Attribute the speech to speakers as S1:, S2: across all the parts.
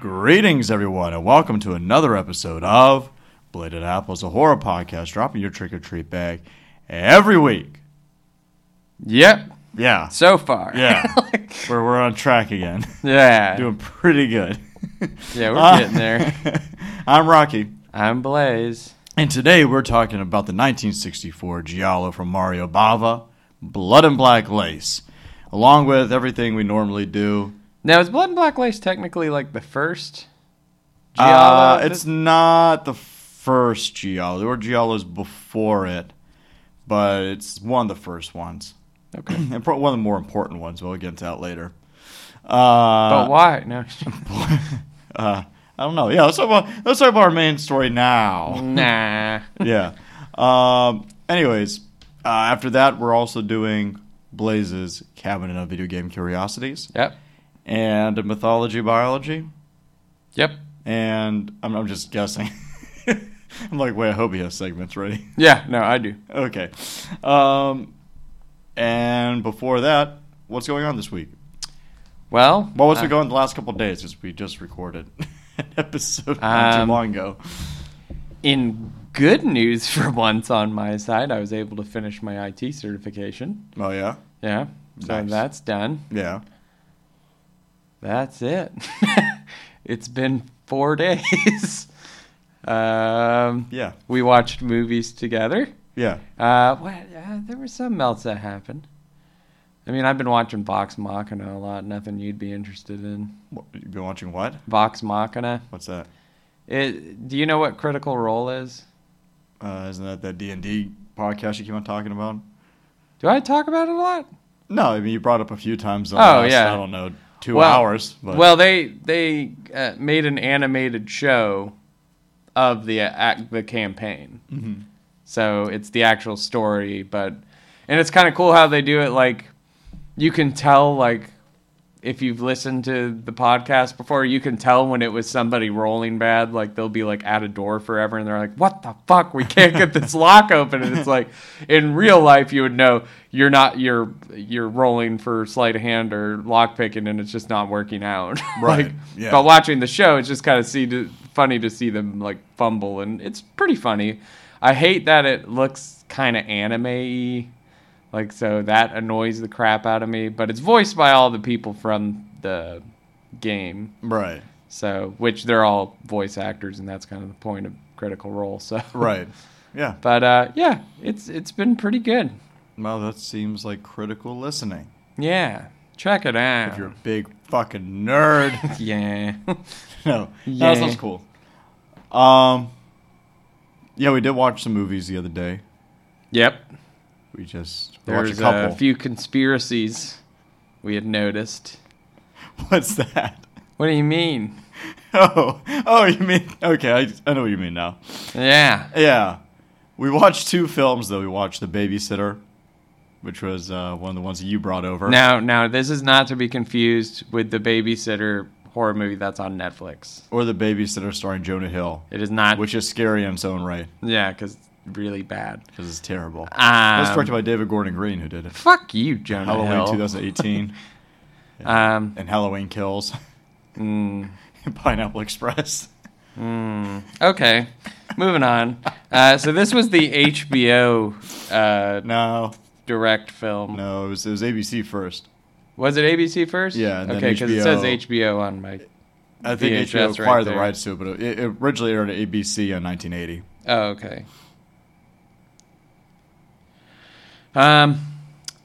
S1: Greetings, everyone, and welcome to another episode of Bladed Apples, a horror podcast, dropping your trick or treat bag every week.
S2: Yep.
S1: Yeah,
S2: So far.
S1: yeah, we're, we're on track again.
S2: yeah.
S1: Doing pretty good.
S2: yeah, we're
S1: Uh,
S2: getting there.
S1: I'm Rocky,
S2: I'm Blaze.
S1: and today we're talking about the 1964 Giallo from Mario Bava, Blood and Black Lace, along with everything we normally do.
S2: Now, is Blood and Black Lace technically like the first
S1: Uh,
S2: Giallo?
S1: it's not the first Giallo. There were Giallos before it, but it's one of the first ones.
S2: Okay.
S1: and pro- one of the more important ones. We'll get into that later.
S2: but
S1: Uh,
S2: why? No.
S1: uh, I don't know. Yeah, let's talk about let's talk about our main story now.
S2: nah.
S1: yeah. Um, anyways, uh, after that, we're also doing Blaze's Cabinet of Video Game Curiosities
S2: Yep.
S1: and Mythology Biology.
S2: Yep.
S1: And I'm, I'm just guessing. I'm like, wait, I hope he has segments ready.
S2: Yeah, no, I do.
S1: okay. Um, and before that, what's going on this week?
S2: Well,
S1: Well, what's
S2: uh,
S1: been going on the last couple of days? Since we just recorded an episode not
S2: Um,
S1: too long ago.
S2: in good news for once on my side, I was able to finish my IT certification.
S1: Oh yeah,
S2: Yeah. So
S1: Nice.
S2: that's done.
S1: yeah.
S2: That's it. it's been four days. um,
S1: Yeah.
S2: We watched movies together.
S1: Yeah.
S2: Uh, what, uh, there was something else that happened. I mean, I've been watching Vox Machina a lot. Nothing you'd be interested in.
S1: What, you been watching what?
S2: Vox Machina.
S1: What's that?
S2: It, do you know what Critical Role is?
S1: Uh, isn't that that D and D podcast you keep on talking about?
S2: Do I talk about it a lot?
S1: No, I mean you brought up a few times. On
S2: Oh,
S1: the last,
S2: yeah.
S1: I don't know, two
S2: Well-
S1: hours. But
S2: Well, they they uh, made an animated show of the uh, act the campaign. So it's the actual story, but and it's kind of cool how they do it. Like you can tell, like if you've listened to the podcast before, you can tell when it was somebody rolling bad. Like they'll be like at a door forever, and they're like, "What the fuck? We can't get this lock open." And it's like in real life, you would know you're not you're you're rolling for sleight of hand or lock picking, and it's just not working out.
S1: Right,
S2: like,
S1: yeah.
S2: But watching the show, it's just kind of see to, funny to see them like fumble, and it's pretty funny. I hate that it looks kind of anime-y. Like so that annoys the crap out of me, but it's voiced by all the people from the game.
S1: right,
S2: So, which they're all voice actors and that's kind of the point of Critical Role. So,
S1: right, yeah.
S2: but uh yeah, it's it's been pretty good.
S1: Well, that seems like critical listening.
S2: Yeah. Check it out.
S1: If you're a big fucking nerd.
S2: yeah.
S1: no, yeah.
S2: Yeah.
S1: that sounds cool. Um, yeah, we did watch some movies the other day.
S2: yep.
S1: We just we watched
S2: There's
S1: a couple.
S2: a few conspiracies we had noticed.
S1: What's that?
S2: What do you mean?
S1: Oh, oh, you mean okay? I, I know what you mean now.
S2: Yeah.
S1: Yeah, we watched two films though. We watched The Babysitter, which was uh, one of the ones that you brought over.
S2: Now, now this is not to be confused with the babysitter horror movie that's on Netflix.
S1: or The Babysitter starring Jonah Hill,
S2: It is not.
S1: which is scary in its own right
S2: yeah, because really bad.
S1: because it's terrible. That's
S2: Um,
S1: directed by David Gordon Green, who did it.
S2: fuck you, Jonah
S1: Halloween
S2: Hill.
S1: 2018
S2: Um,
S1: and Halloween Kills
S2: mm,
S1: and Pineapple Express.
S2: okay, moving on. Uh, so this was the HBO uh,
S1: No,
S2: direct film.
S1: no, it was, it was ABC first.
S2: Was it ABC first?
S1: Yeah, and then
S2: Okay, because it says
S1: HBO
S2: HBO on my.
S1: I think HBO
S2: VHS right
S1: acquired the
S2: there.
S1: rights to it, but it, it originally aired at ABC in 1980.
S2: Oh, okay. Um,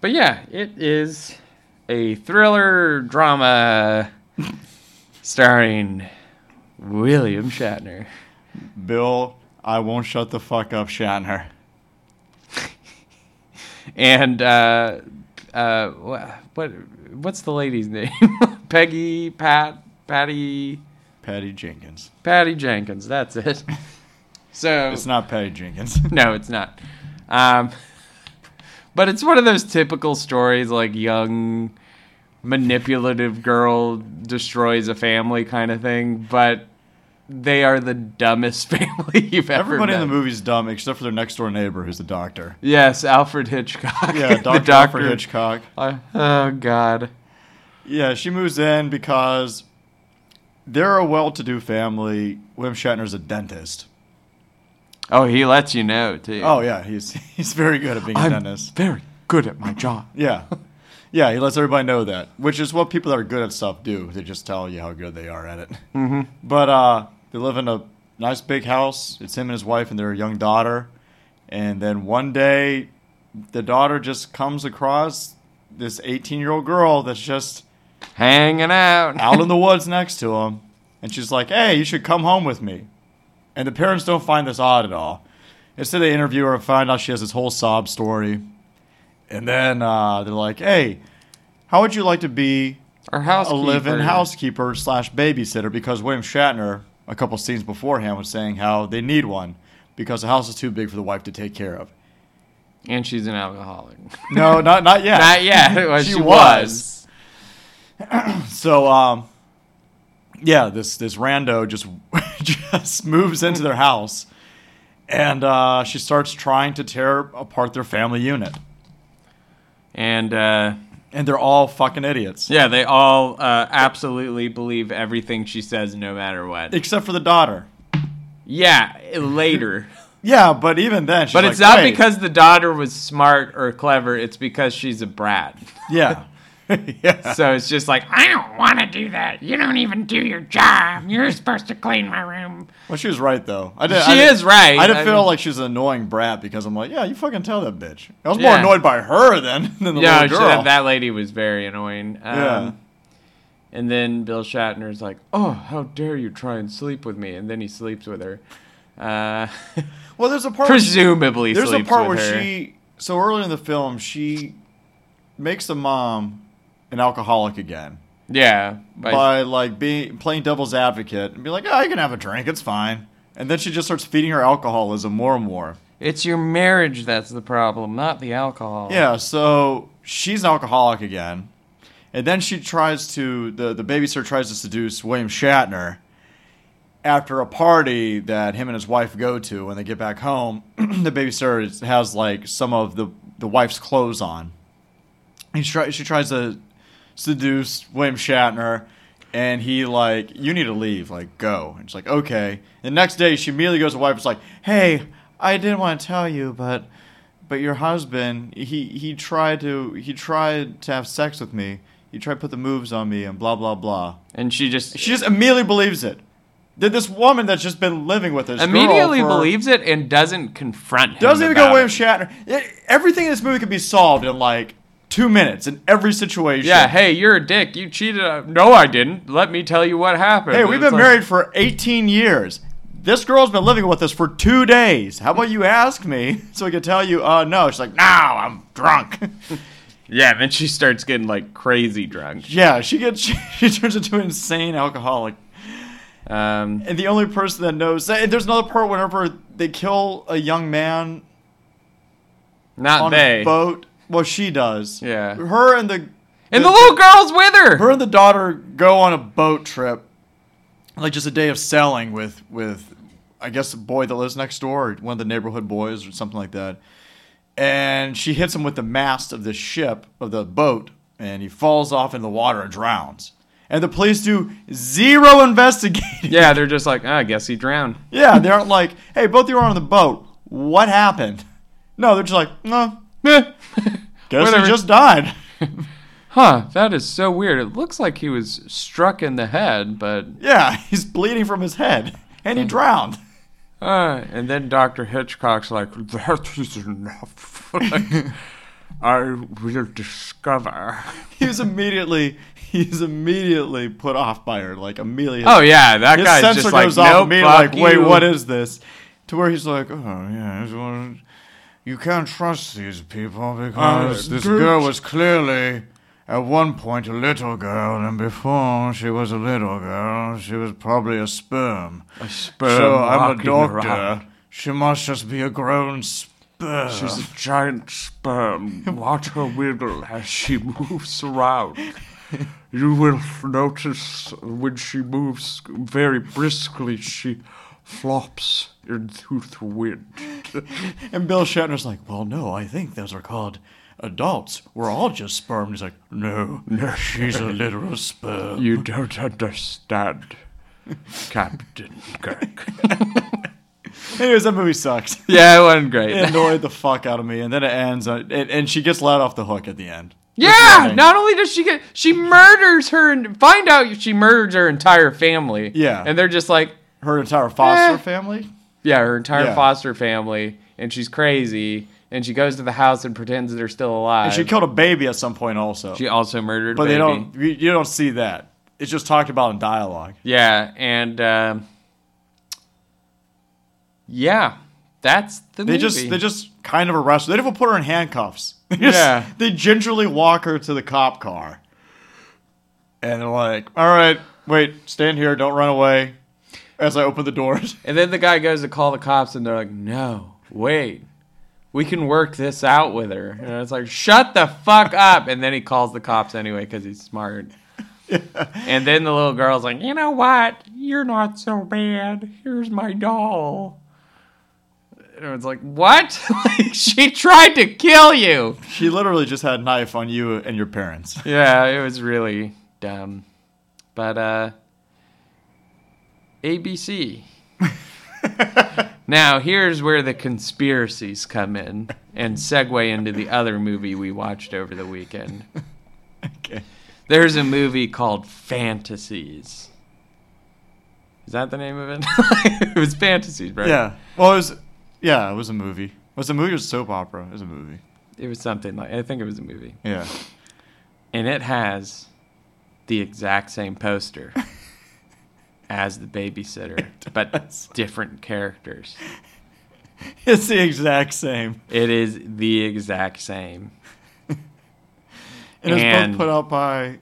S2: but yeah, it is a thriller drama starring William Shatner.
S1: Bill, I won't shut the fuck up, Shatner.
S2: and uh, uh, wha- what what's the lady's name? Peggy, Pat, Patty,
S1: Patty Jenkins.
S2: Patty Jenkins. That's it. So
S1: It's not Patty Jenkins.
S2: no, it's not. Um, but it's one of those typical stories, like young manipulative girl destroys a family kind of thing. But they are the dumbest family you've ever.
S1: Everybody in the
S2: met.
S1: movie's dumb except for their next door neighbor, who's the doctor.
S2: Yes, Alfred Hitchcock.
S1: Yeah,
S2: The
S1: Doctor Alfred Hitchcock.
S2: Uh, oh God.
S1: Yeah, she moves in because They're a well-to-do family. William Shatner's a dentist.
S2: Oh, he lets you know too.
S1: Oh yeah, he's he's very good at being a
S2: I'm
S1: dentist.
S2: very good at my job.
S1: Yeah. Yeah, he lets everybody know that, which is what people that are good at stuff do. They just tell you how good they are at it. Mm-hmm. But uh, they live in a nice big house. It's him and his wife and their young daughter. And then one day, the daughter just comes across this 18 year old girl that's just
S2: Hanging out.
S1: out in the woods next to him. And she's like, hey, you should come home with me. And the parents don't find this odd at all. Instead, they interview her and find out she has this whole sob story. And then uh, they're like, hey, how would you like to be
S2: Our
S1: a
S2: housekeeper.
S1: live-in housekeeper slash babysitter? Because William Shatner, a couple scenes beforehand, was saying how they need one because the house is too big for the wife to take care of.
S2: And she's an alcoholic.
S1: No, not not yet.
S2: Not yet. Well,
S1: She
S2: she,
S1: was.
S2: was.
S1: So um yeah, this this rando just just moves into their house and uh, she starts trying to tear apart their family unit.
S2: And uh,
S1: And they're all fucking idiots.
S2: yeah, they all uh, absolutely believe everything she says, no matter what.
S1: Except for the daughter.
S2: Yeah, later.
S1: Yeah, but even then she's
S2: But it's
S1: like,
S2: not
S1: "Wait."
S2: because the daughter was smart or clever. It's because she's a brat.
S1: Yeah. yeah.
S2: So it's just like, I don't want to do that.
S3: You don't even do your job. You're supposed to clean my room.
S1: Well she was right though. I did,
S2: She is right.
S1: I didn't
S2: I
S1: feel
S2: mean-
S1: like she was an annoying brat because I'm like, yeah, you fucking tell that bitch. I was more
S2: Yeah.
S1: annoyed by her than than the
S2: Yeah,
S1: little girl.
S2: that, that lady was very annoying. Um,
S1: Yeah.
S2: And then Bill Shatner's like, "Oh, how dare you try and sleep with me?" And then he sleeps with her. Uh,
S1: well, there's a part where she-
S2: presumably,
S1: There's a
S2: sleeps
S1: part where
S2: with her.
S1: she so early in the film she makes the mom an alcoholic again
S2: yeah, by,
S1: by like being playing devil's advocate and be like, "Oh, you can have a drink, it's fine." And then she just starts feeding her alcoholism more and more.
S2: it's your marriage that's the problem, not the alcohol.
S1: Yeah, so she's an alcoholic again. And then she tries to the the babysitter tries to seduce William Shatner after a party that him and his wife go to when they get back home. the babysitter is- has like some of the the wife's clothes on. And she, try, she tries to seduce William Shatner and he like you need to leave like go and she's like okay the next day she immediately goes to wife it's like hey i didn't want to tell you but but your husband he he tried to he tried to have sex with me he tried to put the moves on me and blah blah blah
S2: and she just
S1: she just immediately believes it that this woman that's just been living with this girl
S2: immediately
S1: for-
S2: believes it and doesn't confront. Him
S1: doesn't even go
S2: about
S1: William
S2: it.
S1: Shatner. It- everything in this movie could be solved in like two minutes in every situation.
S2: Yeah, hey, you're a dick. You cheated. on- No, I didn't. Let me tell you what happened.
S1: Hey,
S2: And
S1: we've
S2: it's
S1: been
S2: like-
S1: married for 18 years. This girl's been living with us for two days. How about you ask me so I can tell you? Uh, no. She's like, no, I'm drunk.
S2: Yeah, and then she starts getting like crazy drunk.
S1: yeah, she gets she, turns into an insane alcoholic,
S2: Um,
S1: and the only person that knows. And there's another part whenever they kill a young man
S2: not
S1: on
S2: they.
S1: a boat. Well, she does.
S2: Yeah.
S1: her and the
S2: And the little girl's with her.
S1: her and the daughter go on a boat trip, like just a day of sailing with with, I guess, a boy that lives next door, or one of the neighborhood boys, or something like that. And she hits him with the mast of the ship of the boat, and he falls off in the water and drowns. And the police do zero investigating.
S2: yeah, they're just like, "Ah, I guess he drowned.
S1: Yeah, they aren't like, "Hey, both of you are on the boat. What happened?" No, they're just like, "No,
S2: Eh.
S1: guess
S2: Whatever.
S1: he just died."
S2: huh, that is so weird. It looks like he was struck in the head, but.
S1: Yeah, he's bleeding from his head, and he drowned.
S2: Uh, and then Dr. Hitchcock's like, That is enough. Like, I will discover.
S1: he was immediately he's immediately put off by her like immediately
S2: Oh, yeah, that
S1: his
S2: guy's
S1: sensor
S2: just like,
S1: goes off
S2: nope,
S1: immediately like
S2: fuck
S1: wait
S2: you."
S1: what is this to where he's like oh yeah it's one- you can't trust these people because
S2: Uh,
S1: this
S2: dude.
S1: girl was clearly at one point a little girl and before she was a little girl she was probably a sperm
S2: sperm
S1: so i'm a
S2: walking
S1: doctor
S2: around.
S1: she must just be a grown sperm
S2: She's a giant sperm. Watch her wiggle as she moves around. You will notice when she moves very briskly, she flops into the wind.
S1: And Bill Shatner's like, well, no, I think those are called adults. We're all just sperm. And he's like, no, no, she's a literal sperm.
S2: You don't understand.
S4: Captain Kirk.
S1: Anyways, that movie sucked.
S4: yeah, it wasn't great.
S1: It annoyed the fuck out of me, and then it ends. uh, It, and she gets let off the hook at the end.
S4: Yeah, not only does she get, she murders her, and find out she murders her entire family.
S1: Yeah.
S4: And they're just like,
S1: Her entire foster
S4: Eh.
S1: family.
S4: yeah, her entire
S1: Yeah.
S4: foster family, and she's crazy, and she goes to the house and pretends they're still alive.
S1: And she killed a baby at some point also.
S4: She also murdered,
S1: but
S4: baby.
S1: they don't. You, you don't see that. It's just talked about in dialogue.
S4: Yeah, and um yeah, that's the
S1: They
S4: movie.
S1: just they just kind of arrest her. They never put her in handcuffs. They just-
S4: Yeah.
S1: They gingerly walk her to the cop car. And they're like, "All right, wait, stand here, don't run away." As I open the doors,
S4: and then the guy goes to call the cops, and they're like, "No, wait." We can work this out with her. And it's like, shut the fuck up. And then he calls the cops anyway because he's smart. And then the little girl's like, you know what? You're not so bad. Here's my doll. And it's like, what? like, she tried to kill you.
S1: she literally just had a knife on you and your parents.
S4: Yeah, it was really dumb. But uh ABC. now, here's where the conspiracies come in and segue into the other movie we watched over the weekend.
S1: Okay.
S4: There's a movie called Fantasies. Is that the name of it? it was Fantasies, right?
S1: Yeah. Well, it was. Yeah, it was a movie. It was a movie or a soap opera? It was a movie.
S4: It was something like I think it was a movie.
S1: Yeah.
S4: and it has the exact same poster as the babysitter, but
S1: does.
S4: different characters.
S1: It's the exact same.
S4: It is the exact same.
S1: And, it was
S4: And-
S1: both put out by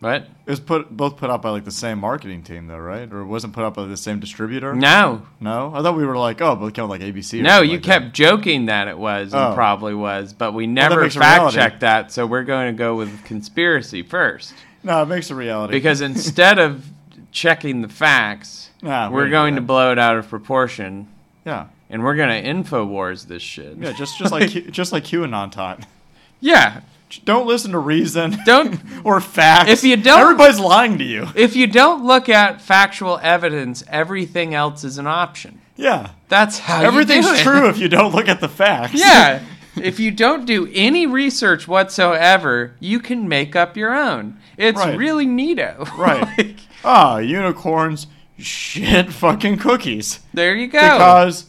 S4: What?
S1: It was put both put out by like the same marketing team though, right? Or it wasn't put out by the same distributor?
S4: No,
S1: No? I thought we were like, oh, but it came out, like ABC. or
S4: no,
S1: something
S4: you
S1: like
S4: kept joking that it was and
S1: Oh.
S4: probably was, but we never
S1: makes it
S4: fact
S1: reality.
S4: checked that, so we're going to go with conspiracy first.
S1: that. No, it makes a reality.
S4: Because instead of checking the facts,
S1: Nah, we
S4: we're
S1: don't do
S4: going to
S1: that.
S4: blow it out of proportion
S1: yeah,
S4: and we're going to InfoWars this shit.
S1: yeah, just just like Q- just like QAnon taught.
S4: yeah.
S1: Don't listen to reason.
S4: Don't
S1: or facts.
S4: If you don't-
S1: everybody's lying to you.
S4: If you don't look at factual evidence, everything else is an option.
S1: Yeah,
S4: That's how you do
S1: everything's
S4: it.
S1: true if you don't look at the facts.
S4: Yeah. If you don't do any research whatsoever, you can make up your own. It's
S1: Right.
S4: really neato.
S1: right.
S4: Like,
S1: Ah, unicorns, shit, fucking cookies.
S4: there you go.
S1: Because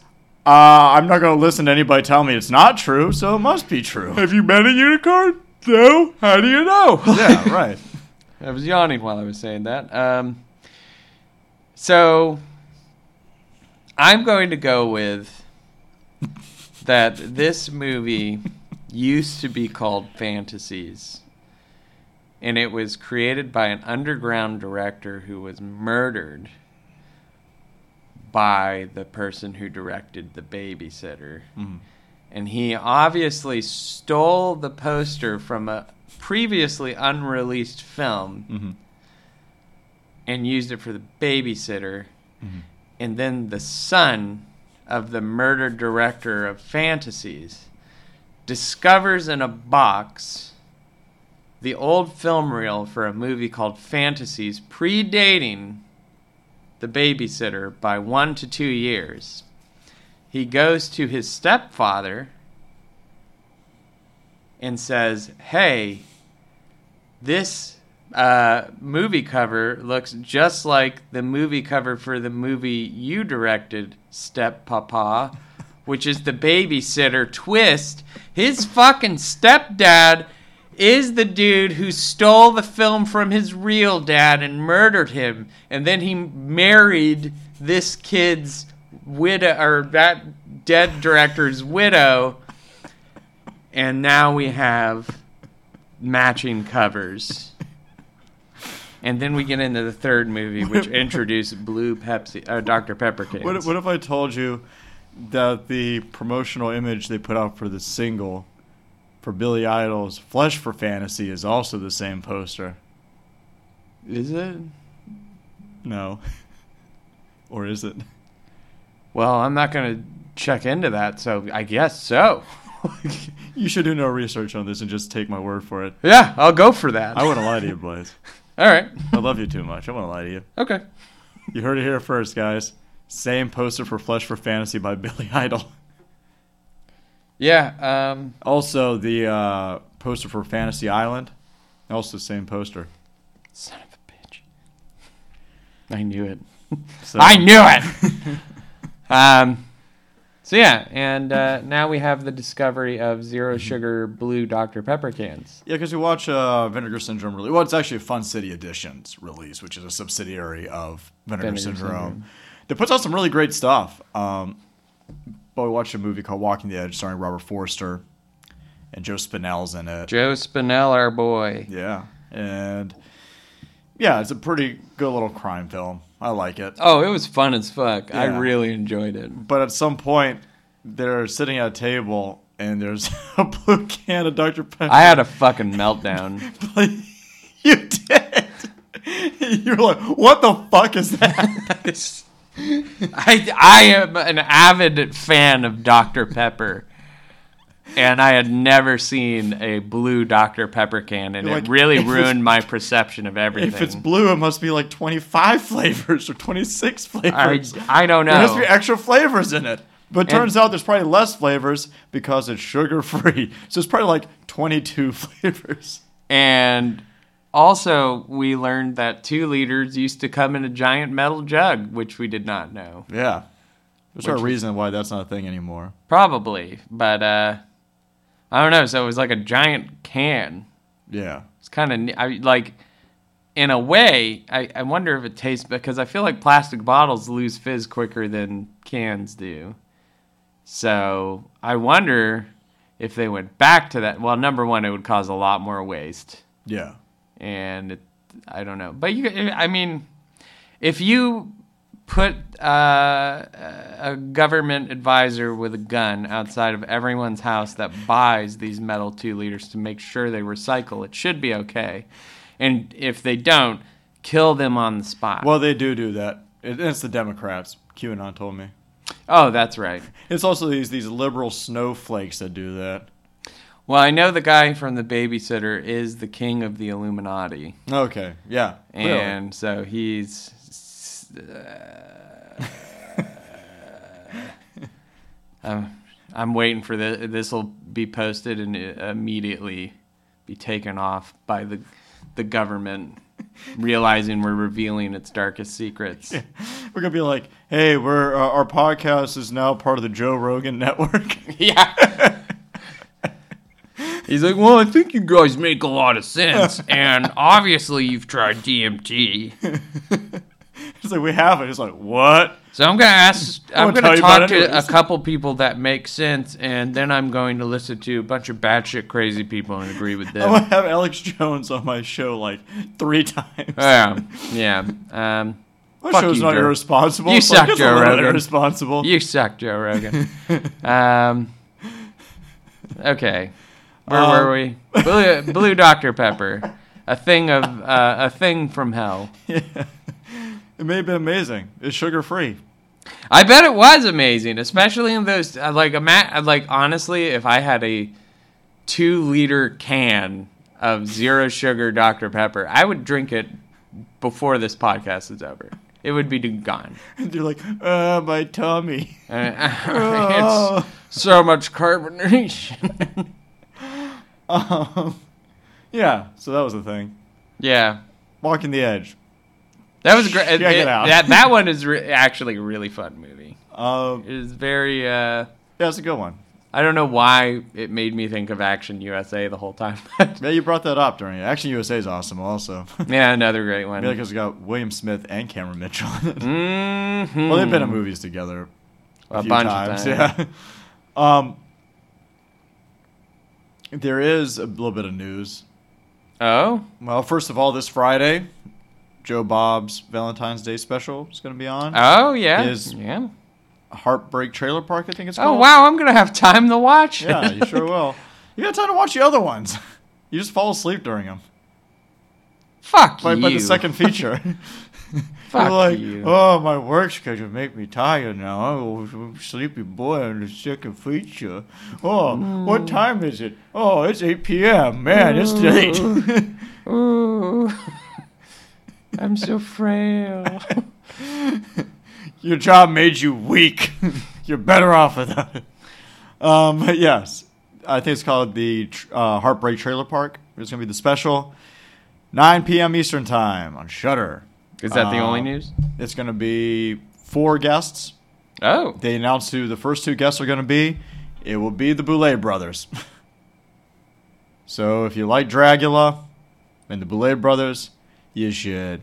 S1: uh, I'm not gonna listen to anybody tell me it's not true, so it must be true.
S4: Have you met a unicorn? No. How do you know?
S1: yeah, right.
S4: I was yawning while I was saying that. Um, so I'm going to go with that this movie used to be called Fantasies. And it was created by an underground director who was murdered by the person who directed The Babysitter. And he obviously stole the poster from a previously unreleased film and used it for the babysitter. And then the son of the murdered director of fantasies discovers in a box the old film reel for a movie called Fantasies predating the babysitter by one to two years. He goes to his stepfather and says, Hey, this uh, movie cover looks just like the movie cover for the movie you directed, Step Papa, which is the babysitter twist. His fucking stepdad is the dude who stole the film from his real dad and murdered him, and then he married this kid's widow or that dead director's widow. And now we have matching covers. And then we get into the third movie, which introduced Blue Pepsi, uh, Dr. Pepper cans.
S1: What, what if I told you that the promotional image they put out for the single for Billy Idol's Flesh for Fantasy is also the same poster?
S4: Is it?
S1: No. Or is it?
S4: Well, I'm not going to check into that, so I guess so.
S1: You should do no research on this and just take my word for it.
S4: yeah, I'll go for that.
S1: I wouldn't lie to you, Blaze.
S4: All right.
S1: I love you too much. I wouldn't lie to you.
S4: Okay.
S1: You heard it here first, guys. Same poster for Flesh for Fantasy by Billy Idol.
S4: Yeah. Um,
S1: Also, the uh, poster for Fantasy Island. Also, same poster.
S4: son of a bitch. I knew it.
S1: So,
S4: I knew it. um, so yeah, and uh, now we have the discovery of zero sugar blue Dr Pepper cans.
S1: Yeah, because we watch uh, Vinegar Syndrome release. Well, it's actually a Fun City Editions release, which is a subsidiary of Vinegar,
S4: Vinegar
S1: Syndrome.
S4: Syndrome.
S1: That puts out some really great stuff. Um, but we watched a movie called Walking the Edge, starring Robert Forster, and Joe Spinell's in it.
S4: Joe Spinell, our boy.
S1: yeah, and yeah, it's a pretty good little crime film. I like it.
S4: Oh, it was fun as fuck. I
S1: Yeah.
S4: really enjoyed it.
S1: But at some point, they're sitting at a table, and there's a blue can of Dr Pepper.
S4: I had a fucking meltdown.
S1: you did. You were like, what the fuck is that?
S4: I I am an avid fan of Dr Pepper. And I had never seen a blue Dr Pepper can and
S1: You're
S4: it
S1: like,
S4: really
S1: if it's-
S4: ruined my perception of everything.
S1: if it's blue, it must be like 25 flavors or 26
S4: I,
S1: flavors.
S4: I don't know.
S1: There must be extra flavors in it. But it turns out there's probably less flavors because it's sugar free. So it's probably like 22 flavors.
S4: And also, we learned that two liters used to come in a giant metal jug, which we did not know.
S1: Yeah. There's no reason why that's not a thing anymore.
S4: Probably, but uh, I don't know. So it was like a giant can.
S1: Yeah.
S4: It's kind of I like, in a way, I, I wonder if it tastes because I feel like plastic bottles lose fizz quicker than cans do. So I wonder if they went back to that. Well, number one, it would cause a lot more waste.
S1: Yeah.
S4: and it, I don't know. But you, I mean, if you put uh, a government advisor with a gun outside of everyone's house that buys these metal two liters to make sure they recycle, it should be okay. And if they don't, kill them on the spot.
S1: Well, they do do that. It, it's the Democrats. QAnon told me.
S4: oh, that's right.
S1: It's also these these liberal snowflakes that do that.
S4: Well, I know the guy from the babysitter is the king of the Illuminati.
S1: Okay, yeah, clearly.
S4: and so he's. uh, um, I'm waiting for the this will be posted and immediately be taken off by the the government, realizing we're revealing its darkest secrets.
S1: we're gonna be like, hey, we're uh, our podcast is now part of the Joe Rogan Network.
S4: Yeah. He's like, well, I think you guys make a lot of sense, and obviously you've tried DMT.
S1: it's like we have it. It's like what?
S4: So I'm gonna ask. I'm
S1: won't tell
S4: gonna
S1: you
S4: talk
S1: about it
S4: to a
S1: anyways.
S4: couple people that make sense, and then I'm going to listen to a bunch of batshit crazy people and agree with
S1: I want
S4: them.
S1: to have Alex Jones on my show like three times.
S4: Oh, yeah, yeah. Um,
S1: my
S4: fuck
S1: show's
S4: you,
S1: not
S4: Joe.
S1: irresponsible.
S4: You
S1: It's like,
S4: suck,
S1: it's a
S4: Joe
S1: little
S4: Rogan.
S1: Irresponsible.
S4: you suck, Joe Rogan. Um, okay, where
S1: Um,
S4: were we? Blue, Blue Dr Pepper, a thing of uh, a thing from hell.
S1: It may have been amazing. It's sugar free.
S4: I bet it was amazing, especially in those uh, like a mat. Like honestly, if I had a two liter can of zero sugar Dr Pepper, I would drink it before this podcast is over. It would be gone.
S1: And you're like, uh, my tummy. Oh.
S4: Uh, it's so much carbonation.
S1: Um, yeah. So that was the thing.
S4: yeah,
S1: Walking the edge.
S4: that was great.
S1: Check it out.
S4: That that one is re- actually a really fun movie.
S1: Um,
S4: It is very. Uh,
S1: yeah, it's a good one.
S4: I don't know why it made me think of Action USA the whole time.
S1: Yeah, you brought that up during it. Action USA is awesome, also.
S4: yeah, another great one.
S1: Because it's got William Smith and Cameron Mitchell in it.
S4: Mm-hmm.
S1: Well, they've been in movies together a,
S4: a
S1: few
S4: bunch
S1: times.
S4: of times.
S1: Yeah. Um, there is a little bit of news.
S4: Oh,
S1: Well, first of all, this Friday, Joe Bob's Valentine's Day special is going to be on.
S4: oh yeah,
S1: Is-
S4: yeah.
S1: Heartbreak Trailer Park, I think it's
S4: Oh
S1: called.
S4: wow, I'm gonna have time to watch. it.
S1: Yeah, you sure will. You got time to watch the other ones. You just fall asleep during them.
S4: Fuck
S1: By,
S4: you.
S1: by the second feature.
S4: Fuck
S1: You're like,
S4: you.
S1: oh, my work schedule make me tired now. Oh, sleepy boy on the second feature. Oh,
S4: Mm.
S1: what time is it? Oh, it's 8 p.m. Man, it's late. oh.
S4: Ooh. I'm so frail.
S1: Your job made you weak. You're better off without it. Um, but yes, I think it's called the tr- uh, Heartbreak Trailer Park. It's going to be the special, 9 p.m. Eastern Time on Shutter.
S4: Is that the
S1: Uh,
S4: only news?
S1: It's going to be four guests.
S4: Oh,
S1: They announced who the first two guests are going to be. It will be the Boulet brothers. so if you like Dracula and the Boulet brothers, you should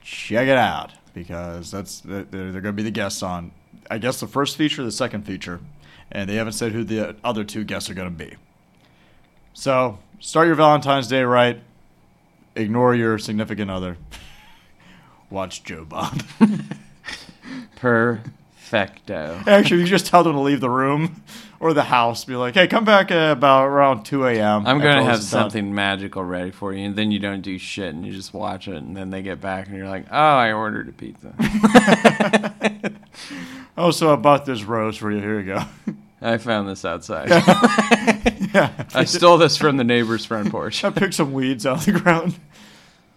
S1: check it out because that's they're, they're going to be the guests on, I guess, the first feature, the second feature, and they haven't said who the other two guests are going to be. So start your Valentine's Day right. Ignore your significant other. Watch Joe Bob.
S4: perfecto.
S1: Actually, you just tell them to leave the room or the house. Be like, hey, come back at about around 2 a.m.
S4: I'm
S1: after
S4: gonna
S1: all
S4: have
S1: this is done."
S4: something magical ready for you, and then you don't do shit, and you just watch it, and then they get back, and you're like, "Oh, I ordered a pizza."
S1: Oh, so I bought this rose for you. Here you go.
S4: I found this outside.
S1: yeah.
S4: I stole this from the neighbor's front porch.
S1: I picked some weeds out of the ground.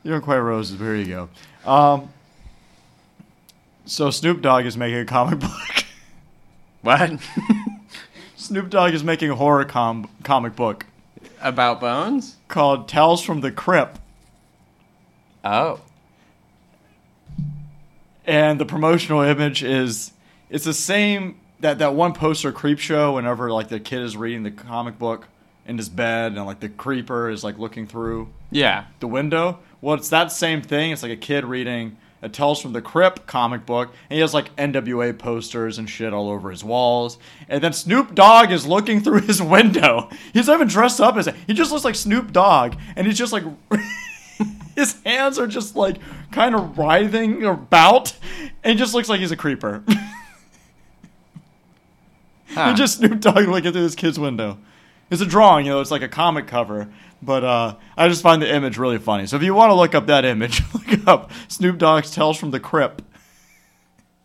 S1: You don't quite roses, but here you go. Um, so Snoop Dogg is making a comic book.
S4: What?
S1: Snoop Dogg is making a horror com- comic book
S4: About bones?
S1: called Tales from the Crypt.
S4: Oh,
S1: and the promotional image is it's the same that that one poster creep show whenever like the kid is reading the comic book in his bed and like the creeper is like looking through
S4: yeah.
S1: the window well it's that same thing it's like a kid reading a tells from the crypt comic book and he has like nwa posters and shit all over his walls and then snoop dogg is looking through his window he's not even dressed up as he just looks like snoop dogg and he's just like his hands are just like kind of writhing about and he just looks like he's a creeper
S4: Huh. Ah.
S1: and just Snoop Dogg looking through this kid's window. It's a drawing, you know, it's like a comic cover, but uh, I just find the image really funny. So if you want to look up that image, look up Snoop Dogg's Tales from the Crypt.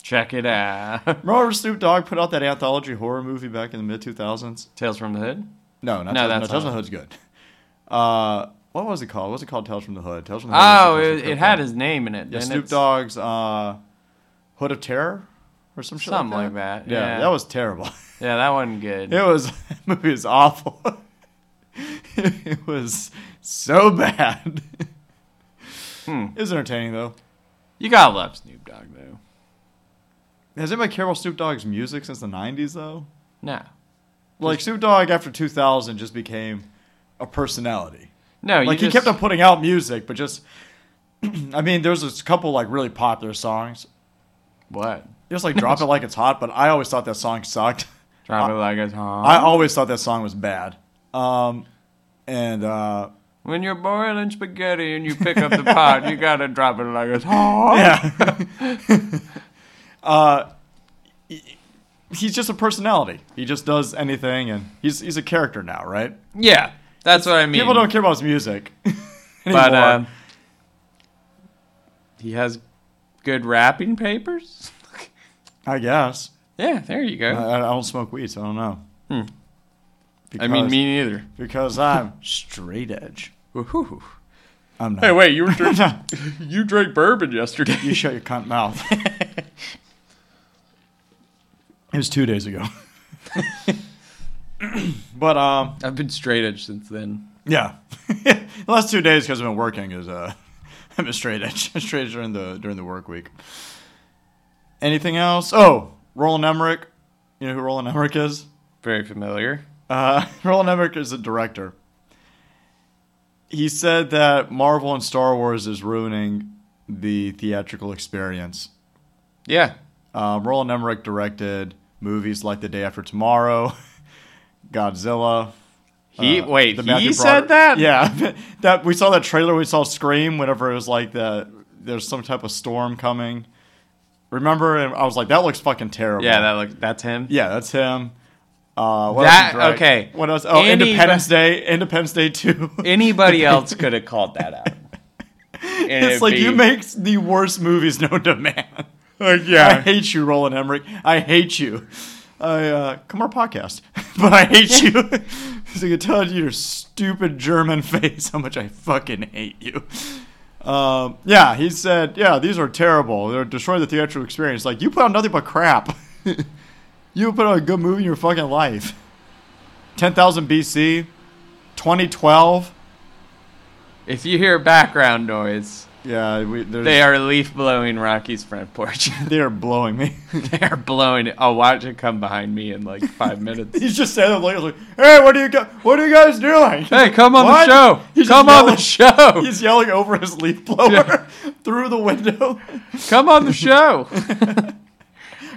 S4: Check it out.
S1: Remember Snoop Dogg put out that anthology horror movie back in the mid 2000s?
S4: Tales from the Hood.
S1: No, not
S4: No,
S1: Tales,
S4: that's
S1: no, Tales from
S4: not
S1: the Hood's good. Uh, what was it called? What was it called Tales from the Hood? Tales from the Hood.
S4: Oh,
S1: was the Tales from
S4: it,
S1: the Crypt
S4: it had
S1: one.
S4: his name in it.
S1: yeah,
S4: didn't
S1: Snoop
S4: it?
S1: Dogg's uh, Hood of Terror or some shit
S4: Something
S1: like
S4: like
S1: that.
S4: that.
S1: yeah,
S4: Yeah,
S1: that was terrible.
S4: Yeah, that wasn't good.
S1: It was that movie was awful. it was so bad.
S4: Hmm.
S1: It was entertaining though.
S4: You gotta love Snoop Dogg though.
S1: Has anybody cared about Snoop Dogg's music since the '90s though?
S4: No,
S1: Like Snoop Dogg after 2000 just became a personality.
S4: no.
S1: Like
S4: you
S1: he kept
S4: just-
S1: on putting out music, but just I mean, there's a couple like really popular songs.
S4: what?
S1: Just like "Drop It Like It's Hot," but I always thought that song sucked.
S4: Drop it like it's hot.
S1: I always thought that song was bad. Um, and uh,
S4: When you're boiling spaghetti and you pick up the pot, you gotta drop it like it's hot.
S1: yeah. uh, he- he's just a personality. He just does anything, and he's he's a character now, right?
S4: Yeah, that's what I mean.
S1: People don't care about his music
S4: But
S1: anymore.
S4: uh, he has good wrapping papers.
S1: I guess
S4: yeah, there you go.
S1: I, I don't smoke weed, so I don't know.
S4: Hmm. I mean,
S1: Because-
S4: me neither.
S1: because I'm straight edge.
S4: Woohoo.
S1: I'm not.
S4: Hey, wait! You were drink,
S1: No,
S4: you drank bourbon yesterday.
S1: you shut your cunt mouth. it was two days ago. but um.
S4: I've been straight edge since then.
S1: Yeah, the last two days because I've been working is uh, I've been straight edge, straight edge during the during the work week. Anything else? Oh, Roland Emmerich. You know who Roland Emmerich is?
S4: Very familiar.
S1: Uh, Roland Emmerich is a director. He said that Marvel and Star Wars is ruining the theatrical experience.
S4: Yeah,
S1: Um, Roland Emmerich directed movies like The Day After Tomorrow, Godzilla,
S4: he
S1: uh,
S4: wait.
S1: the
S4: He
S1: Matthew
S4: said
S1: Broderick-
S4: that.
S1: Yeah, that we saw that trailer. We saw Scream whenever it was like the there's some type of storm coming. Remember, and I was like, that looks fucking terrible.
S4: yeah. That looks. That's him.
S1: yeah, that's him. Uh, what
S4: That-
S1: else he direct-
S4: okay.
S1: What else? Oh,
S4: Any-
S1: Independence Day. Independence Day two.
S4: Anybody else could have called that out. And
S1: it's
S4: it'd
S1: like you
S4: be-
S1: make the worst movies known to man. I
S4: yeah.
S1: hate you, Roland Emmerich. I hate you. I uh, come on our podcast, but I hate you. Because I can tell you your stupid German face how much I fucking hate you. Um, yeah, he said, yeah, these are terrible. They're destroying the theatrical experience. Like, you put out nothing but crap. you put out a good movie in your fucking life. 10,000 BC, 2012.
S4: If you hear background noise,
S1: Yeah, we, there's,
S4: they are leaf blowing Rocky's front porch.
S1: they are blowing me.
S4: they are blowing it. I'll watch it come behind me in like five minutes.
S1: He's just standing there looking like, hey, what are you, gu- what are you guys doing?
S4: Hey, come on
S1: What?
S4: the show.
S1: He's
S4: come
S1: just
S4: on the show.
S1: He's yelling over his leaf blower
S4: Yeah.
S1: through the window.
S4: Come on the show.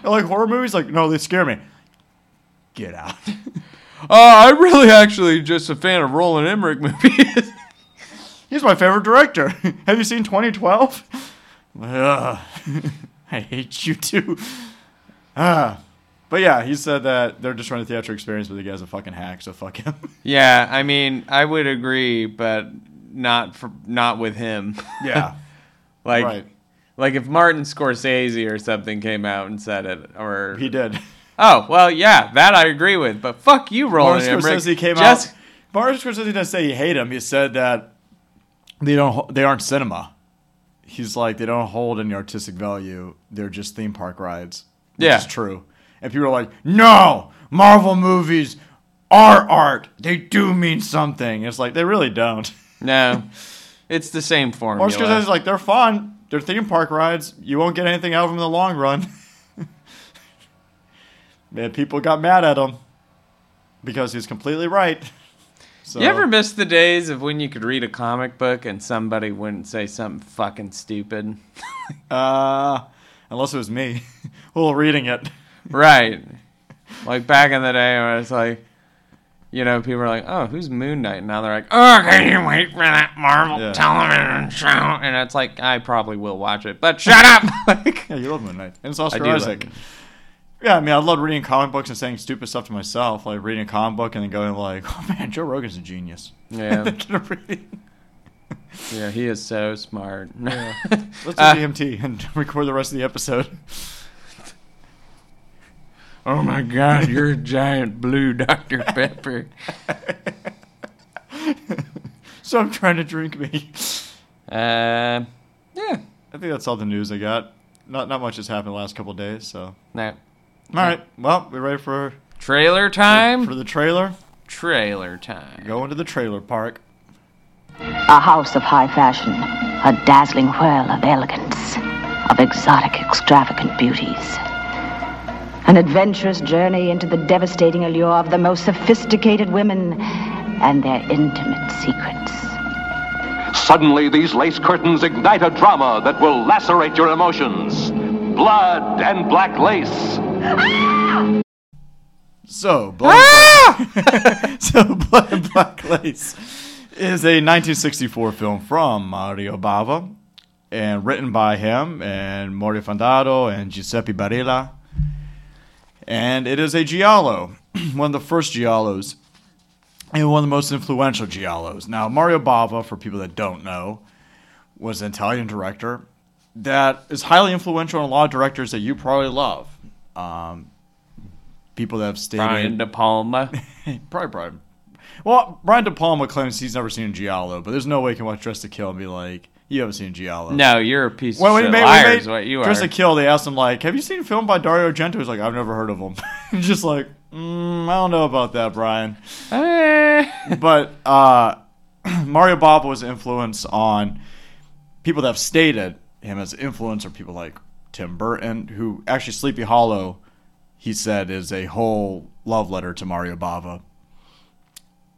S1: like horror movies, like, no, they scare me. Get out.
S4: Uh, I'm really actually just a fan of Roland Emmerich movies.
S1: He's my favorite director. Have you seen 2012? Ugh. I hate you too. Ah. But yeah, he said that they're just running a theatrical experience, but the guy's a fucking hack, so fuck him.
S4: yeah, I mean, I would agree, but not for, not with him.
S1: Yeah.
S4: like
S1: right.
S4: like if Martin Scorsese or something came out and said it, or
S1: He did.
S4: oh well, yeah, that I agree with. But fuck you, Roland
S1: Martin
S4: Emmerich.
S1: Scorsese came
S4: Just-
S1: out. Martin Scorsese didn't say he hate him. He said that they don't. They aren't cinema. He's like they don't hold any artistic value. They're just theme park rides. Which
S4: Yeah.
S1: is true. And people are like, no, Marvel movies are art. They do mean something. It's like they really don't.
S4: No, it's the same
S1: Martin
S4: formula.
S1: Scorsese's like they're fun. They're theme park rides. You won't get anything out of them in the long run. Man, people got mad at him because he's completely right. So,
S4: You ever miss the days of when you could read a comic book and somebody wouldn't say something fucking stupid?
S1: Uh, unless it was me. well, reading it.
S4: Right. Like back in the day when it's like, you know, people were like, oh, who's Moon Knight? And now they're like, oh, can you wait for that Marvel
S1: Yeah.
S4: television show? And it's like, I probably will watch it, but shut up! like,
S1: Yeah, you love Moon Knight. And it's
S4: I
S1: Oscar
S4: do love
S1: Isaac.
S4: Moon Knight.
S1: yeah, I mean, I love reading comic books and saying stupid stuff to myself, like reading a comic book and then going like, "Oh man, Joe Rogan's a genius."
S4: yeah,
S1: Thinking of reading.
S4: yeah, he is so smart.
S1: Let's do
S4: Uh,
S1: DMT and record the rest of the episode.
S4: oh my god, you're a giant blue Uh, Dr. Pepper.
S1: so I'm trying to drink me.
S4: Uh, yeah,
S1: I think that's all the news I got. Not not much has happened the last couple of days. So all
S4: no.
S1: right, well, we ready for
S4: Trailer time?
S1: for the trailer?
S4: trailer time.
S1: Go into the trailer park.
S5: A house of high fashion, a dazzling whirl of elegance, of exotic, extravagant beauties. An adventurous journey into the devastating allure of the most sophisticated women and their intimate secrets.
S6: Suddenly, these lace curtains ignite a drama that will lacerate your emotions. Blood and black lace.
S1: So, Blood
S4: Ah!
S1: so Blood and Black Lace is a 1964 film from Mario Bava and written by him and Mario Fandado and Giuseppe Barilla. And it is a Giallo, one of the first Giallos and one of the most influential Giallos. Now, Mario Bava, for people that don't know, was an Italian director that is highly influential on a lot of directors that you probably love. Um, people that have stated
S4: Brian De Palma.
S1: Probably Brian. Well, Brian De Palma claims he's never seen Giallo, but there's no way he can watch Dress to Kill and be like, "You haven't seen Giallo."
S4: No, you're a piece
S1: Well,
S4: of
S1: when he
S4: shit
S1: made, when he
S4: liar.
S1: made
S4: Is what you
S1: Dress to
S4: are.
S1: Kill, they asked him like, "Have you seen a film by Dario Argento?" He's like, "I've never heard of him." He's just like, mm, "I don't know about that, Brian."
S4: Eh.
S1: but uh, Mario Bob was an influence on people that have stated him as an influence are people like Tim Burton, who actually Sleepy Hollow, he said, is a whole love letter to Mario Bava.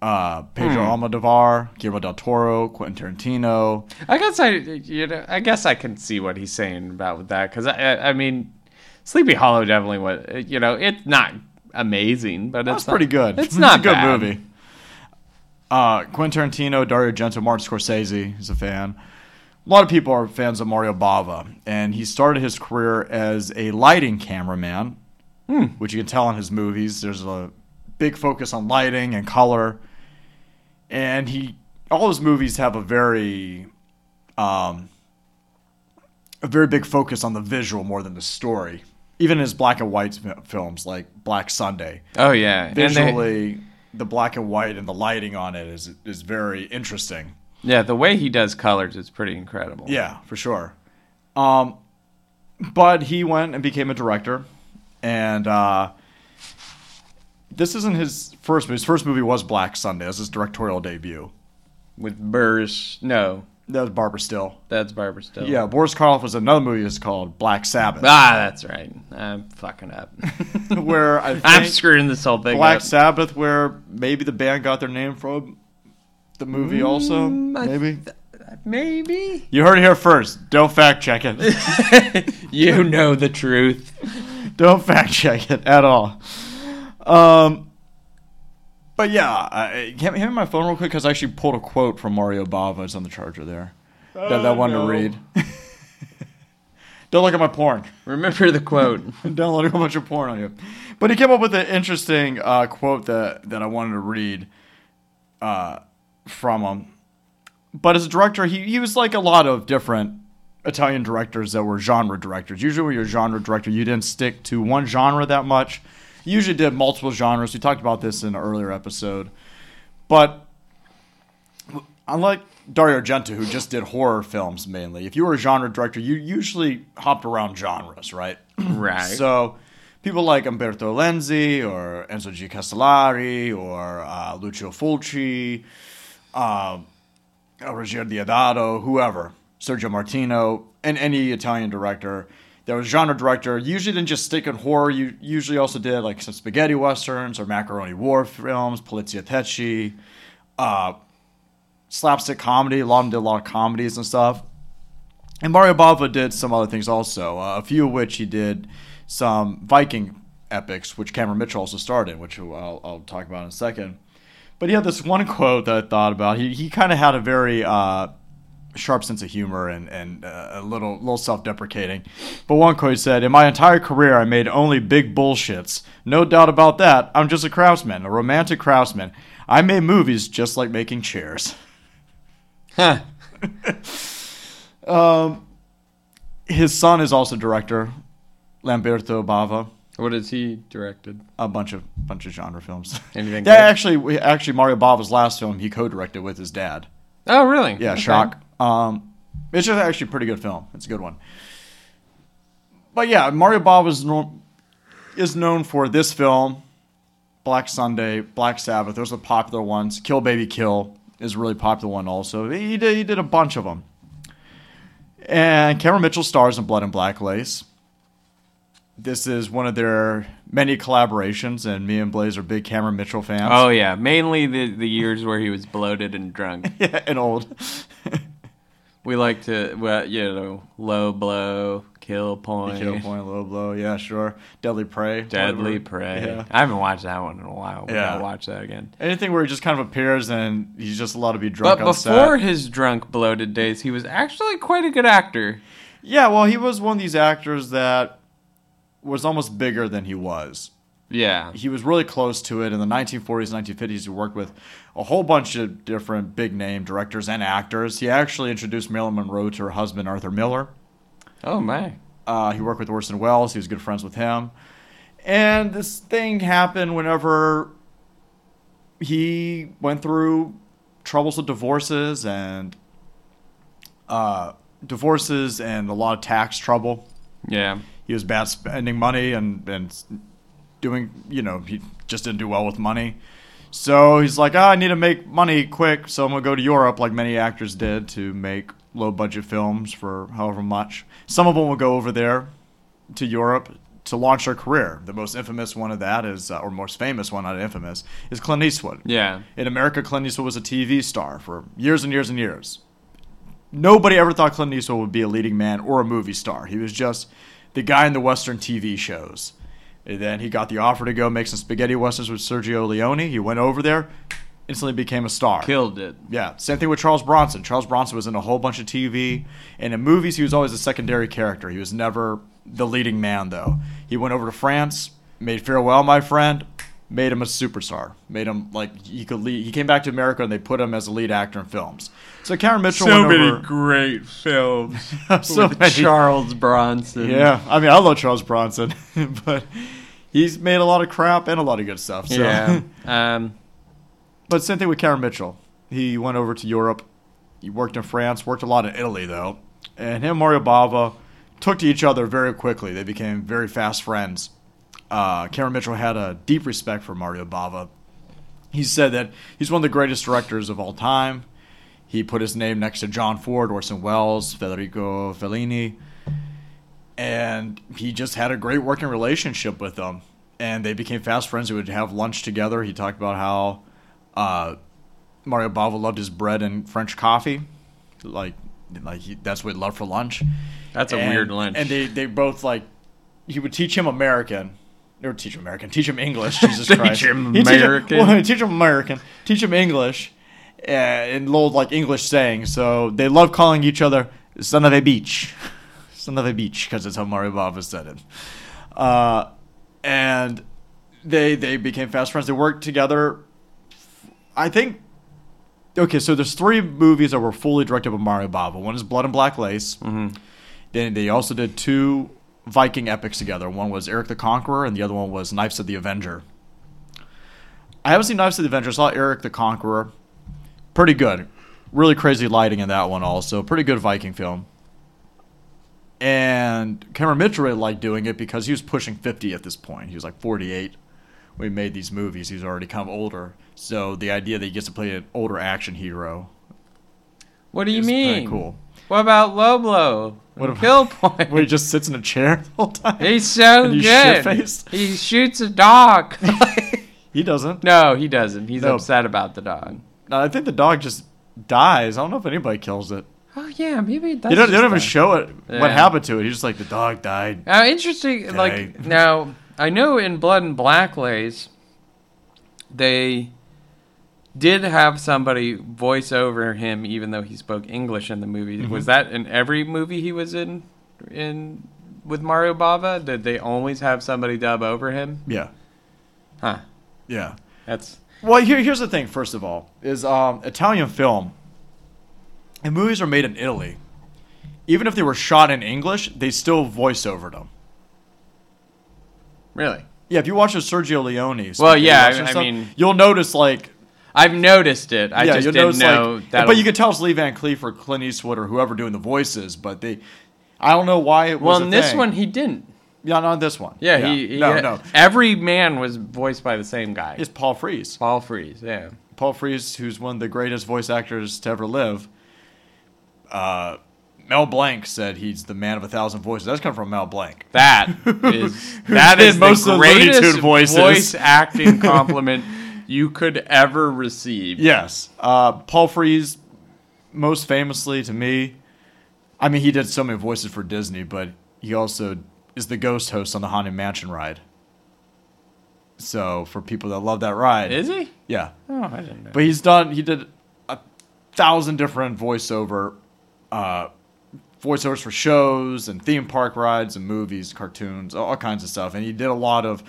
S1: Uh, Pedro Almodovar, Guillermo del Toro, Quentin Tarantino.
S4: I guess I, you know, I guess I can see what he's saying about with that because I, I, I mean, Sleepy Hollow definitely was, you know, it's not amazing, but
S1: That's
S4: it's not-
S1: pretty good.
S4: It's not
S1: a good
S4: bad.
S1: movie. Uh, Quentin Tarantino, Dario Argento, Martin Scorsese is a fan. A lot of people are fans of Mario Bava, and he started his career as a lighting cameraman,
S4: Hmm.
S1: which you can tell in his movies. There's a big focus on lighting and color, and he all his movies have a very um, a very big focus on the visual more than the story. Even in his black and white f- films like Black Sunday,
S4: Oh yeah, And they-
S1: visually the black and white and the lighting on it is is very interesting.
S4: Yeah, the way he does colors is pretty incredible.
S1: Yeah, for sure. Um, but he went and became a director, and uh, this isn't his first movie. His first movie was Black Sunday. It was his directorial debut.
S4: With Burris. No,
S1: That was Barbara Still.
S4: that's Barbara Still.
S1: Yeah, Boris Karloff was another movie that's called Black Sabbath,
S4: Ah, that's right. I'm fucking up.
S1: where I think
S4: Ah. I'm screwing this whole thing
S1: Black
S4: up.
S1: Sabbath, where maybe the band got their name from the movie also.
S4: Mm, I
S1: Maybe
S4: Maybe.
S1: you heard it here first. Don't fact check it.
S4: You know the truth.
S1: Don't fact check it at all. Um, but yeah, I, hand, hand me my phone real quick because I actually pulled a quote from Mario Bava. It's on the charger there. that I wanted
S4: no.
S1: to read. Don't look at my porn.
S4: Remember the quote.
S1: download a whole bunch of porn on you. But he came up with an interesting uh, quote that, that I wanted to read uh, from him. But as a director, he, he was like a lot of different Italian directors that were genre directors. Usually, when you're a genre director, you didn't stick to one genre that much. You usually did multiple genres. We talked about this in an earlier episode. But unlike Dario Argento, who just did horror films mainly, if you were a genre director, you usually hopped around genres, right?
S4: right.
S1: So people like Umberto Lenzi or Enzo G. Castellari or uh, Lucio Fulci, uh, Roger Diodato, whoever, Sergio Martino, and any Italian director that was genre director usually didn't just stick in horror. You usually also did like some spaghetti westerns or macaroni war films, Poliziottecchi, uh, slapstick comedy. A lot of them did a lot of comedies and stuff. And Mario Bava did some other things also, uh, a few of which he did some Viking epics, which Cameron Mitchell also starred in, which I'll, I'll talk about in a second. But he had this one quote that I thought about. He, he kind of had a very uh, sharp sense of humor and, and uh, a little little self deprecating. But one quote he said, In my entire career, I made only big bullshits. No doubt about that. I'm just a craftsman, a romantic craftsman. I made movies just like making chairs.
S4: Huh.
S1: His son is also director, Lamberto Bava.
S4: What is he directed?
S1: a bunch of bunch of genre films.
S4: Anything
S1: Yeah,
S4: good?
S1: actually, we- actually Mario Bava's last film he co-directed with his dad.
S4: Oh, really?
S1: Yeah,
S4: Okay.
S1: shock. Um, it's just actually a pretty good film. It's a good one. But yeah, Mario Bava is, nor- is known for this film, Black Sunday, Black Sabbath. Those are the popular ones. Kill Baby Kill is a really popular one also. He did, he did a bunch of them. And Cameron Mitchell stars in Blood and Black Lace. This is one of their many collaborations, and me and Blaze are big Cameron Mitchell fans.
S4: Oh yeah, mainly the the years where he was bloated and drunk.
S1: and old.
S4: We like to, well, you know, low blow, kill point,
S1: Kill Point, Low Blow, yeah, sure. Deadly Prey.
S4: deadly
S1: whatever.
S4: prey.
S1: Yeah.
S4: I haven't watched that one in a while. We
S1: Yeah.
S4: gotta watch that again.
S1: Anything where he just kind of appears and he's just allowed to be drunk
S4: But
S1: on
S4: before
S1: set.
S4: his drunk, bloated days, he was actually quite a good actor.
S1: Yeah, well, he was one of these actors that was almost bigger than he was.
S4: Yeah,
S1: He was really close to it in the 1940s, 1950s. He worked with a whole bunch of different big name directors and actors. He actually introduced Marilyn Monroe to her husband, Arthur Miller.
S4: Oh my.
S1: Uh, he worked with Orson Welles. He was good friends with him. And this thing happened whenever he went through troubles with divorces and uh, divorces and a lot of tax trouble.
S4: Yeah.
S1: He was bad spending money and, and doing, you know, he just didn't do well with money. So he's like, ah, I need to make money quick, so I'm gonna go to Europe, like many actors did, to make low budget films for however much. Some of them will go over there to Europe to launch their career. The most infamous one of that is, uh, or most famous one, not infamous, is Clint Eastwood.
S4: Yeah.
S1: In America, Clint Eastwood was a TV star for years and years and years. Nobody ever thought Clint Eastwood would be a leading man or a movie star. He was just the guy in the Western TV shows. And then he got the offer to go make some spaghetti westerns with Sergio Leone. He went over there, instantly became a star.
S4: Killed it.
S1: Yeah, same thing with Charles Bronson. Charles Bronson was in a whole bunch of TV and in movies. He was always a secondary character. He was never the leading man, though. He went over to France, made Farewell, My Friend, made him a superstar. Made him like he could lead. He came back to America and they put him as a lead actor in films. So Karen Mitchell went over.
S4: great films.
S1: So
S4: with
S1: many.
S4: Charles Bronson.
S1: yeah, I mean, I love Charles Bronson, but he's made a lot of crap and a lot of good stuff. So.
S4: Yeah. um,
S1: But same thing with Karen Mitchell. He went over to Europe, He worked in France, worked a lot in Italy, though. And him and Mario Bava took to each other very quickly. They became very fast friends. Uh, Cameron Mitchell had a deep respect for Mario Bava. He said that he's one of the greatest directors of all time. He put his name next to John Ford, Orson Welles, Federico Fellini, and he just had a great working relationship with them. And they became fast friends. They would have lunch together. He talked about how uh, Mario Bava loved his bread and French coffee, like like he, that's what he loved for lunch.
S4: That's a
S1: And-
S4: weird lunch.
S1: And they they both like he would teach him American. Or teach him American. Teach him English. Jesus Christ.
S4: him
S1: He'd
S4: American.
S1: well, he'd teach him American. Teach him English, uh, and little like English sayings. So they love calling each other "son of a beach," "son of a beach" because that's how Mario Bava said it. Uh, and they they became fast friends. They worked together. I think. Okay, so there's three movies that were fully directed by Mario Bava. One is Blood and Black Lace. Then they also did two Viking epics together. One was Eric the Conqueror, and the other one was Knives of the Avenger. I haven't seen Knives of the Avenger. I saw Eric the Conqueror. Pretty good. Really crazy lighting in that one, also. Pretty good Viking film. And Cameron Mitchell really liked doing it because he was pushing 50 at this point. He was like 48 when he made these movies. He's already come older. So the idea that he gets to play an older action hero
S4: what do you
S1: is
S4: mean?
S1: pretty cool.
S4: What about low blow?
S1: What about-
S4: Kill point.
S1: Where he just sits in a chair the whole time.
S4: He's so
S1: And he's
S4: good.
S1: shit-faced.
S4: He shoots a dog.
S1: He doesn't.
S4: no, he doesn't. He's
S1: No.
S4: upset about the dog.
S1: No, I think the dog just dies. I don't know if anybody kills it.
S4: Oh yeah, maybe it does.
S1: They don't, they don't even
S4: just die.
S1: show it
S4: Yeah.
S1: what happened to it. He's just like the dog died.
S4: Now, interesting.
S1: Dang.
S4: Like now, I know in Blood and Black Lace, they did have somebody voice over him, even though he spoke English in the movie.
S1: Mm-hmm.
S4: Was that in every movie he was in? In with Mario Bava, did they always have somebody dub over him?
S1: Yeah,
S4: Huh.
S1: yeah.
S4: That's
S1: Well, here, here's the thing. First of all, is um, Italian film and movies are made in Italy. Even if they were shot in English, they still voice over them.
S4: really.
S1: Yeah, if you watch a Sergio Leone,
S4: Well, yeah,
S1: speaking Russian
S4: I- I
S1: stuff,
S4: mean-
S1: you'll notice like
S4: I've noticed it. I
S1: yeah,
S4: just
S1: you'll
S4: didn't
S1: notice
S4: know
S1: like,
S4: that.
S1: but you could tell it's Lee Van Cleef or Clint Eastwood or whoever doing the voices. But they, I don't know why it was.
S4: Well,
S1: a
S4: in this
S1: thing.
S4: one, he didn't.
S1: Yeah, not this one.
S4: Yeah, He, he
S1: no, no.
S4: Every man was voiced by the same guy.
S1: It's Paul Frees.
S4: Paul Frees. Yeah.
S1: Paul Frees, who's one of the greatest voice actors to ever live. Uh, Mel Blanc said he's the man of a thousand voices. That's come from Mel Blanc.
S4: That is that
S1: did
S4: is
S1: most
S4: the
S1: of the Looney
S4: greatest
S1: Tune voices.
S4: voice acting compliment you could ever receive.
S1: Yes, uh, Paul Frees, most famously to me, I mean he did so many voices for Disney, but he also is the ghost host on the Haunted Mansion ride. So for people that love that ride,
S4: Is he?
S1: yeah,
S4: Oh, I didn't know.
S1: But he's done. He did a thousand different voiceover, uh, voiceovers for shows and theme park rides and movies, cartoons, all kinds of stuff. And he did a lot of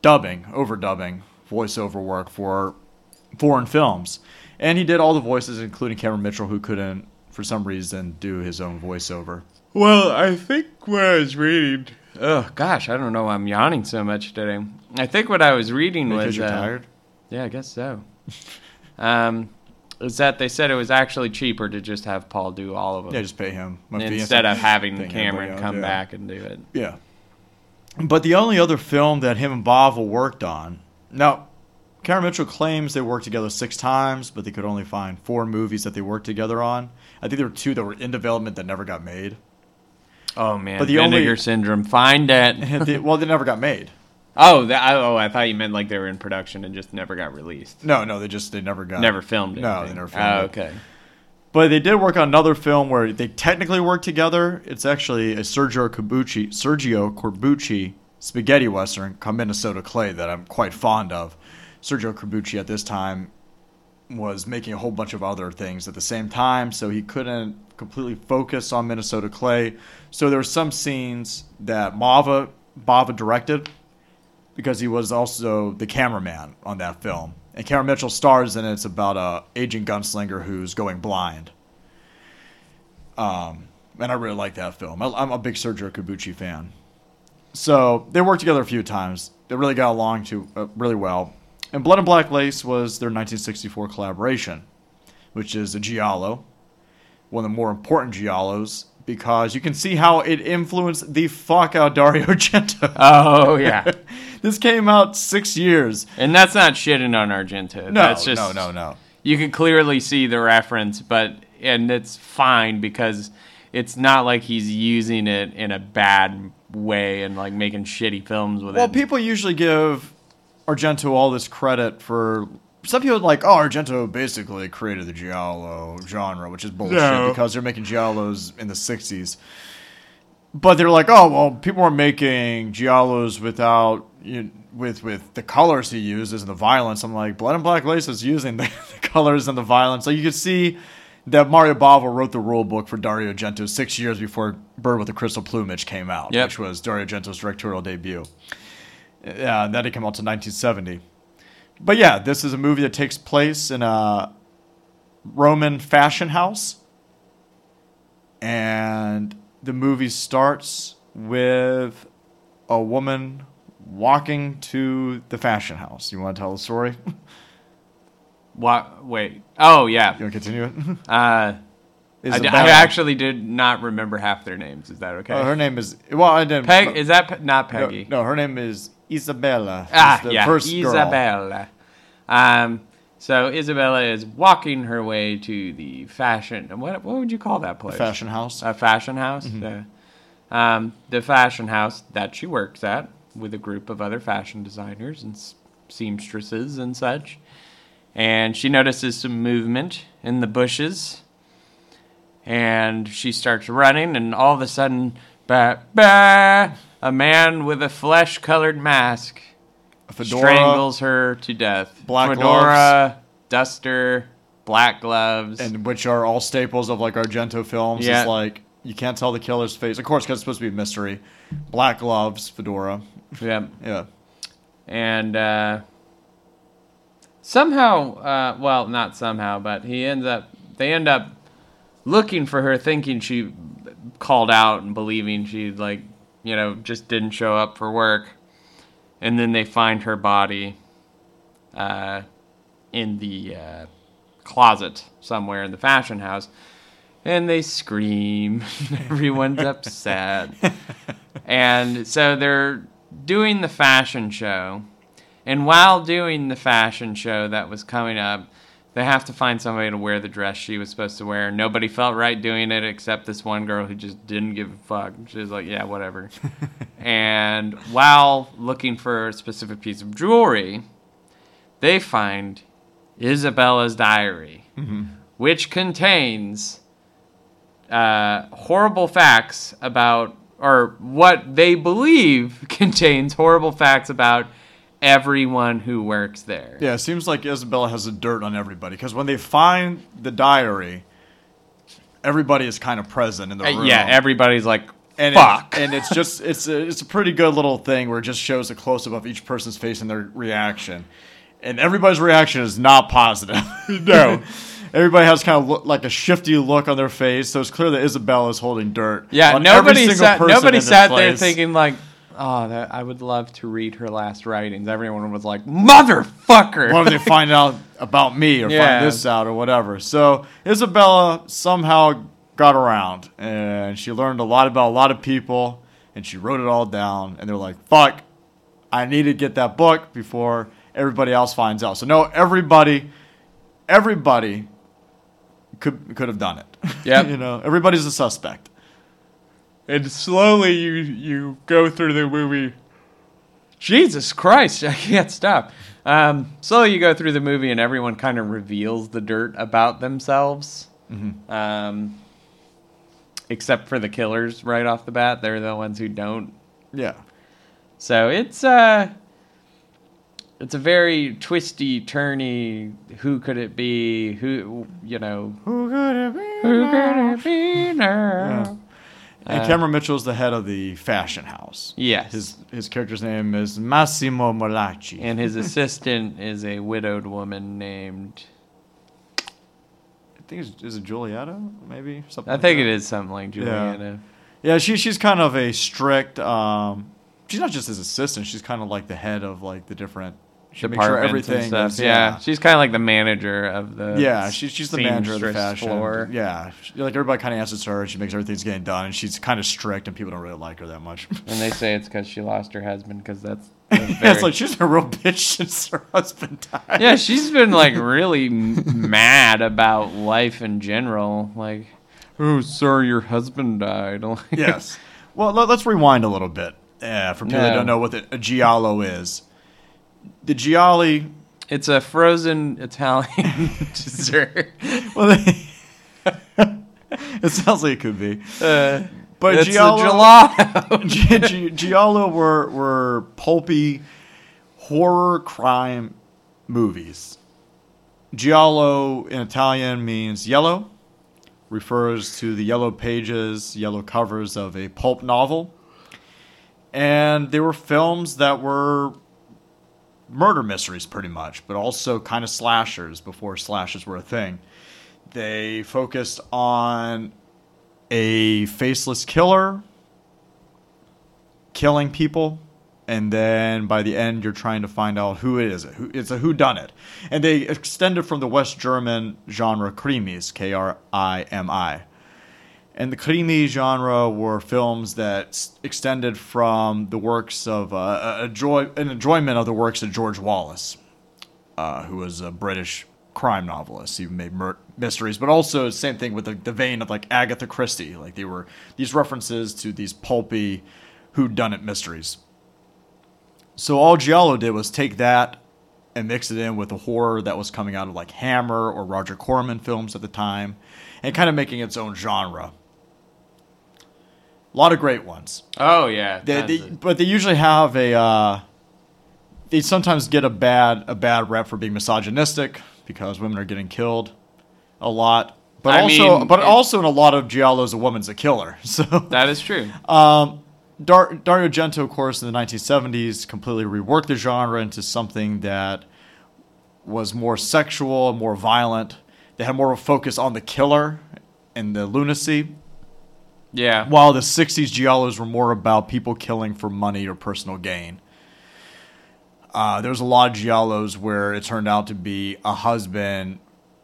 S1: dubbing, overdubbing, voiceover work for foreign films. And he did all the voices, including Cameron Mitchell, who couldn't, for some reason, do his own voiceover.
S4: Well, I think what I was reading. Oh gosh, I don't know. why I'm yawning so much today. I think what I was reading
S1: Because
S4: was
S1: you're
S4: uh,
S1: tired.
S4: Yeah, I guess so. um, is that they said it was actually cheaper to just have Paul do all of them
S1: Yeah, just pay him my fee and
S4: instead
S1: stuff.
S4: of having
S1: Paying everybody
S4: Cameron
S1: else,
S4: come
S1: yeah.
S4: back and do it.
S1: Yeah. But the only other film that him and Bava worked on. Now, Cameron Mitchell claims they worked together six times, but they could only find four movies that they worked together on. I think there were two that were in development that never got made.
S4: Oh man,
S1: But the only-
S4: vinegar syndrome. Find it.
S1: And they- well, they never got made.
S4: Oh, that, I, oh, I thought you meant like they were in production and just never got released.
S1: No, no, they just they never got
S4: Never filmed it.
S1: No, they never filmed
S4: oh,
S1: it.
S4: okay.
S1: But they did work on another film where they technically worked together. It's actually a Sergio Corbucci, Sergio Corbucci spaghetti western called Minnesota Clay that I'm quite fond of. Sergio Corbucci at this time was making a whole bunch of other things at the same time, so he couldn't completely focus on Minnesota Clay. So there were some scenes that Mava Bava directed because he was also the cameraman on that film. And Cameron Mitchell stars in it. It's about a aging gunslinger who's going blind. Um, and I really like that film. I, I'm a big Sergio Corbucci fan. So they worked together a few times. They really got along to uh, really well. And Blood and Black Lace was their 1964 collaboration, which is a giallo one of the more important giallos because you can see how it influenced the fuck out Dario Argento.
S4: Oh yeah,
S1: this came out six years.
S4: and that's not shitting on Argento.
S1: No,
S4: that's just,
S1: no, no, no.
S4: You can clearly see the reference, but and it's fine because it's not like he's using it in a bad way and like making shitty films with
S1: Well,
S4: it.
S1: people usually give Argento all this credit for. Some people are like, oh, Argento basically created the giallo genre, which is bullshit
S4: No.
S1: because they're making giallos in the '60s. But they're like, oh, well, people are making giallos without you with with the colors he uses and the violence. I'm like, Blood and Black Lace is using the, the colors and the violence, so you can see that Mario Bava wrote the rule book for Dario Argento six years before Bird with the Crystal Plumage came out,
S4: Yep.
S1: which was Dario Argento's directorial debut. Uh, Yeah, and that did come out to 1970. But yeah, this is a movie that takes place in a Roman fashion house. And the movie starts with a woman walking to the fashion house. You want to tell the story? You
S4: Wha- wait. Oh yeah.
S1: want to continue it?
S4: Uh,
S1: Is
S4: I,
S1: it
S4: d- I
S1: Bella?
S4: actually did not remember half their names. Is that okay?
S1: Oh, her name is. Well, I didn't.
S4: Peg is that pe- not
S1: no,
S4: Peggy?
S1: no, her name is Isabella.
S4: Ah,
S1: It's the
S4: yeah,
S1: first girl.
S4: Isabella. Um, so Isabella is walking her way to the fashion. What what would you call that place?
S1: Fashion house.
S4: A fashion house.
S1: Mm-hmm.
S4: The, um, the fashion house that she works at with a group of other fashion designers and s- seamstresses and such. And she notices some movement in the bushes. And she starts running, and all of a sudden, bah, bah, a man with a flesh colored mask
S1: A fedora.
S4: strangles her to death.
S1: Black
S4: Fedora, duster, black gloves.
S1: and which are all staples of like Argento films.
S4: Yeah.
S1: It's like you can't tell the killer's face, of course, because it's supposed to be a mystery. Black gloves, fedora.
S4: yeah.
S1: Yeah,
S4: and uh, somehow, uh, well, not somehow, but he ends up. They end up looking for her, thinking she called out and believing she like, you know, just didn't show up for work, and then they find her body uh, in the uh, closet somewhere in the fashion house. And they scream. Everyone's upset. And so they're doing the fashion show. And while doing the fashion show that was coming up, they have to find somebody to wear the dress she was supposed to wear. Nobody felt right doing it except this one girl who just didn't give a fuck. She was like, yeah, whatever. and while looking for a specific piece of jewelry, they find Isabella's diary, which contains uh, horrible facts about, or what they believe contains horrible facts about everyone who works there.
S1: yeah. It seems like Isabella has the dirt on everybody because when they find the diary, everybody is kind of present in the
S4: Uh,
S1: room.
S4: yeah, everybody's like,
S1: and it-
S4: fuck.
S1: and it's just it's a, it's a pretty good little thing where it just shows a close up of each person's face and their reaction, and everybody's reaction is not positive. no, everybody has kind of look, like a shifty look on their face, so it's clear that Isabella is holding dirt.
S4: yeah,
S1: on
S4: nobody
S1: every single
S4: sat,
S1: person
S4: nobody
S1: in this
S4: sat there
S1: place.
S4: thinking like, oh, that, I would love to read her last writings. Everyone was like, motherfucker.
S1: Why do they find out about me or
S4: Yeah.
S1: find this out or whatever? So Isabella somehow got around and she learned a lot about a lot of people and she wrote it all down and they're like, fuck, I need to get that book before everybody else finds out. So no, everybody, everybody could could have done it.
S4: Yep.
S1: you know, everybody's a suspect.
S4: and slowly you you go through the movie. Jesus Christ, I can't stop. Um, slowly you go through the movie, and everyone kind of reveals the dirt about themselves. Um, except for the killers, right off the bat, they're the ones who don't.
S1: Yeah.
S4: So it's uh it's a very twisty, turny. Who could it be? Who you know?
S1: Who could it be?
S4: Who could it be now?
S1: And Cameron Mitchell's the head of the fashion house.
S4: Uh, Yes.
S1: His his character's name is Massimo Molacci.
S4: and his assistant is a widowed woman named
S1: I think it's, is it Giulietta, maybe something.
S4: I think it is something like Juliana.
S1: Oh Yeah, she she's kind of a strict. Um, she's not just his assistant. She's kind of like the head of like the different She makes sure
S4: departments
S1: everything.
S4: and stuff.
S1: is-
S4: yeah. she's kind of like the manager of the
S1: Yeah, she's she's the manager of the
S4: seamstress
S1: fashion.
S4: floor.
S1: Yeah, she- like everybody kind of asks her, and she makes everything's getting done, and she's kind of strict, and people don't really like her that much.
S4: and they say it's because she lost her husband because that's, that's
S1: yeah, it's
S4: very-
S1: like she's been a real bitch since her husband died.
S4: yeah, she's been like really m- mad about life in general. Like, oh, sir, your husband died. Like-
S1: yes. Well, let, us rewind a little bit uh, for people that
S4: No.
S1: don't know what the, a giallo is. The gialli,
S4: it's a frozen Italian dessert.
S1: well, they, it sounds like it could be,
S4: Uh,
S1: but
S4: it's a
S1: giallo,
S4: gelato.
S1: gi- gi- giallo were were pulpy horror crime movies. Giallo in Italian means yellow, refers to the yellow pages, yellow covers of a pulp novel. And they were films that were murder mysteries, pretty much, but also kind of slashers before slashers were a thing. They focused on a faceless killer killing people and then by the end you're trying to find out who it is who it's a who done it and they extended from the west german genre krimis k-r-i-m-i and the krimi genre were films that s- extended from the works of uh, a- a joy, an enjoyment of the works of george wallace uh, who was a british crime novelist he made mur- mysteries but also same thing with the, the vein of like agatha christie like they were these references to these pulpy who done it mysteries so all Giallo did was take that and mix it in with the horror that was coming out of like Hammer or Roger Corman films at the time, and kind of making its own genre. A lot of great ones.
S4: oh yeah,
S1: They,
S4: tons
S1: they,
S4: of-
S1: but they usually have a. Uh, they sometimes get a bad a bad rep for being misogynistic because women are getting killed a lot. But
S4: I
S1: also,
S4: mean,
S1: but
S4: it-
S1: also in a lot of giallos, a woman's a killer. So
S4: that is true.
S1: Dar- Dario Gento, of course, in the 1970s, completely reworked the genre into something that was more sexual, more violent. They had more of a focus on the killer and the lunacy,
S4: yeah.
S1: while the 60s giallos were more about people killing for money or personal gain. Uh, there was a lot of giallos where it turned out to be a husband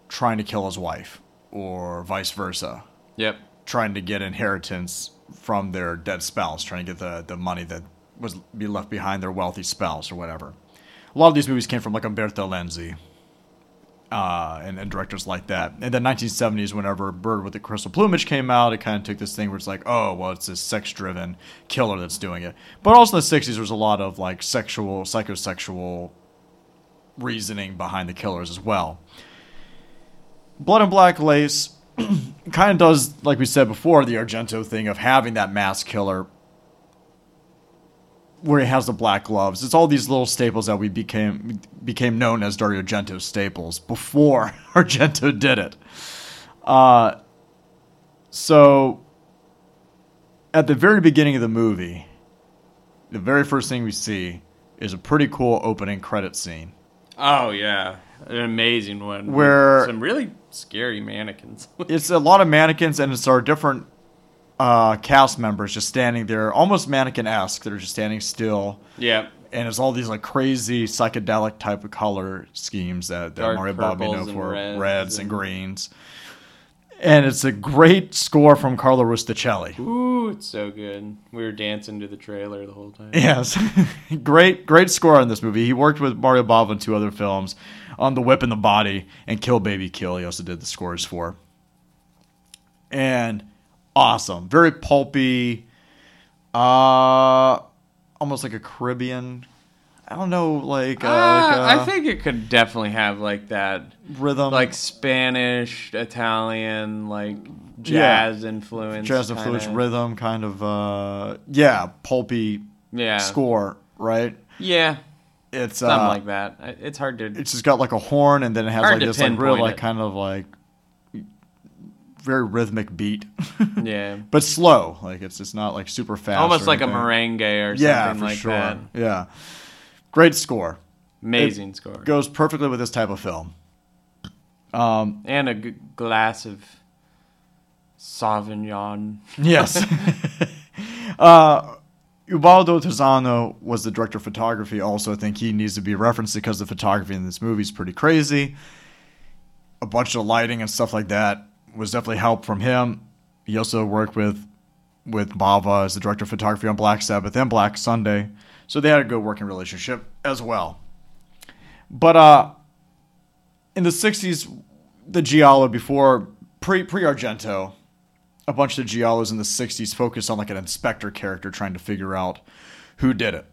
S1: trying to kill his wife, or vice versa
S4: Yep.
S1: trying to get inheritance from their dead spouse, trying to get the, the money that was be left behind their wealthy spouse or whatever. A lot of these movies came from like Umberto Lenzi uh, and, and directors like that. And then 1970s, whenever Bird with the Crystal Plumage came out, it kind of took this thing where it's like, oh, well, it's this sex driven killer that's doing it. But also in the 60s, there was a lot of like sexual, psychosexual reasoning behind the killers as well. Blood and Black Lace kind of does, like we said before, the Argento thing of having that mass killer where he has the black gloves. It's all these little staples that we became became known as Dario Argento staples before Argento did it. Uh, so at the very beginning of the movie, the very first thing we see is a pretty cool opening credit scene.
S4: Oh yeah, an amazing one. with
S1: Where-
S4: some really scary mannequins.
S1: it's a lot of mannequins and it's our different uh, cast members just standing there, almost mannequin-esque. They're just standing still,
S4: yep.
S1: and it's all these like crazy psychedelic type of color schemes that, that
S4: Dark
S1: Mario Bobby know
S4: purples and
S1: for reds,
S4: reds
S1: and
S4: and-
S1: greens. And it's a great score from Carlo Rusticelli.
S4: Ooh, it's so good. We were dancing to the trailer the whole time.
S1: Yes, great, great score on this movie. He worked with Mario Bava in two other films, on The Whip and the Body and Kill Baby Kill. He also did the scores for, and awesome, very pulpy, uh, almost like a Caribbean. I don't know, like, uh,
S4: Uh,
S1: like a
S4: I think it could definitely have like that,
S1: rhythm,
S4: like Spanish, Italian, like
S1: Yeah.
S4: jazz influence,
S1: jazz influenced
S4: kinda.
S1: rhythm, kind of, uh, yeah, pulpy
S4: yeah,
S1: score, right?
S4: yeah,
S1: It's
S4: something
S1: uh,
S4: like that. I- It's hard to.
S1: it's just got like a horn and then it has
S4: Hard
S1: like
S4: to
S1: this like real
S4: pinpoint
S1: like
S4: it.
S1: kind of like very rhythmic beat
S4: yeah,
S1: but slow like it's it's not like super fast
S4: almost
S1: or
S4: like a
S1: anything.
S4: merengue or
S1: yeah
S4: something
S1: for
S4: like
S1: sure
S4: that.
S1: yeah great score
S4: Amazing score
S1: goes perfectly with this type of film
S4: and a g- glass of Sauvignon.
S1: yes uh Ubaldo Tizano was the director of photography. Also, I think he needs to be referenced because the photography in this movie is pretty crazy. A bunch of lighting and stuff like that was definitely help from him. He also worked with with Bava as the director of photography on Black Sabbath and Black Sunday, so they had a good working relationship as well. But uh, in the '60s, the Giallo before pre pre Argento, a bunch of the giallos in the 60s focused on like an inspector character trying to figure out who did it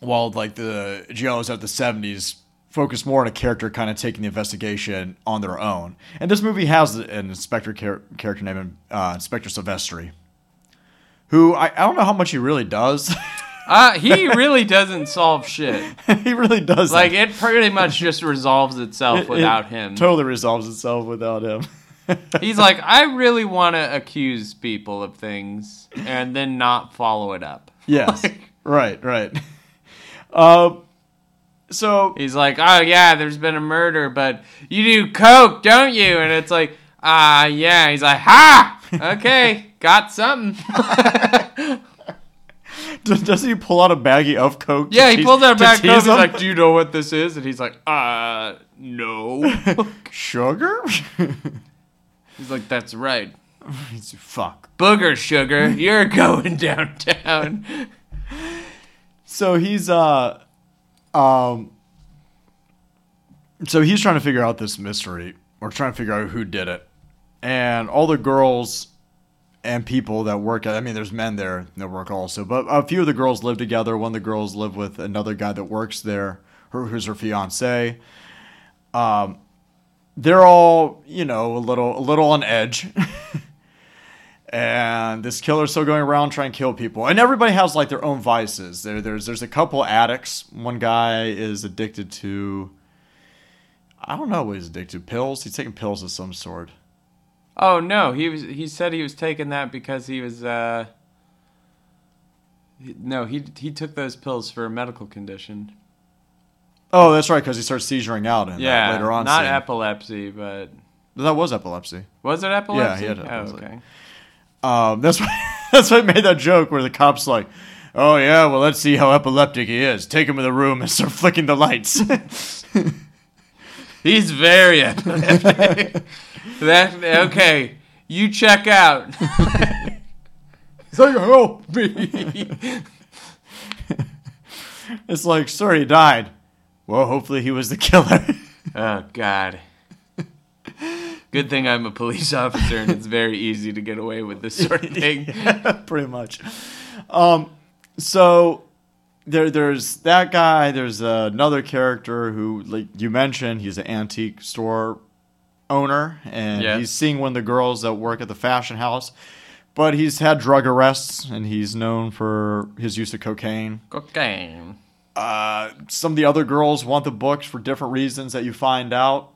S1: while like the giallos of the 70s focus more on a character kind of taking the investigation on their own and this movie has an inspector char- character named uh, inspector silvestri who I, I don't know how much he really does
S4: Uh, he really doesn't solve shit.
S1: he really does
S4: Like it pretty much just resolves itself without him.
S1: totally resolves itself without him
S4: He's like, I really want to accuse people of things and then not follow it up.
S1: yes right right uh, so
S4: He's like, oh yeah, there's been a murder, but you do coke, don't you? And it's like, ah, yeah. He's like, ha, okay, got something.
S1: Does- Doesn't he pull out a baggie of coke? to
S4: Yeah, he
S1: tease-
S4: pulls out a
S1: to
S4: bag of coke.
S1: tease
S4: He's
S1: him?
S4: like, do you know what this is? And he's like, uh, no.
S1: sugar.
S4: he's like, that's right,
S1: He's like, Fuck.
S4: booger sugar. You're going downtown.
S1: So he's uh, um, so he's trying to figure out this mystery or trying to figure out who did it, and all the girls and people that work at. I mean, there's men there that work also, but a few of the girls live together. One of the girls live with another guy that works there, who- who's her fiance. Um, they're all you know a little a little on edge. and this killer's still going around trying to kill people. And everybody has like their own vices. There, there's there's a couple addicts. One guy is addicted to, I don't know what he's addicted to. Pills. He's taking pills of some sort.
S4: Oh no, he was. He said he was taking that because he was. uh he- No, he he took those pills for a medical condition.
S1: Oh, that's right, because he starts seizuring out in that
S4: Yeah,
S1: later on.
S4: not
S1: scene.
S4: epilepsy, but
S1: that was epilepsy.
S4: was it epilepsy?
S1: had
S4: Oh,
S1: epilepsy.
S4: okay.
S1: Um, that's why that's why I made that joke where the cops like, oh yeah, well let's see how epileptic he is. Take him to the room and start flicking the lights.
S4: He's very epileptic. that okay. You check out.
S1: He's like, help me. it's like, sir, he died. Well, hopefully he was the killer.
S4: Oh God. Good thing I'm a police officer and it's very easy to get away with this sort of thing.
S1: Pretty much. Um, so there, there's that guy. There's another character who, like you mentioned, he's an antique store owner, and
S4: Yeah.
S1: he's seeing one of the girls that work at the fashion house. But he's had drug arrests, and he's known for his use of cocaine.
S4: Cocaine.
S1: Uh, some of the other girls want the books for different reasons that you find out.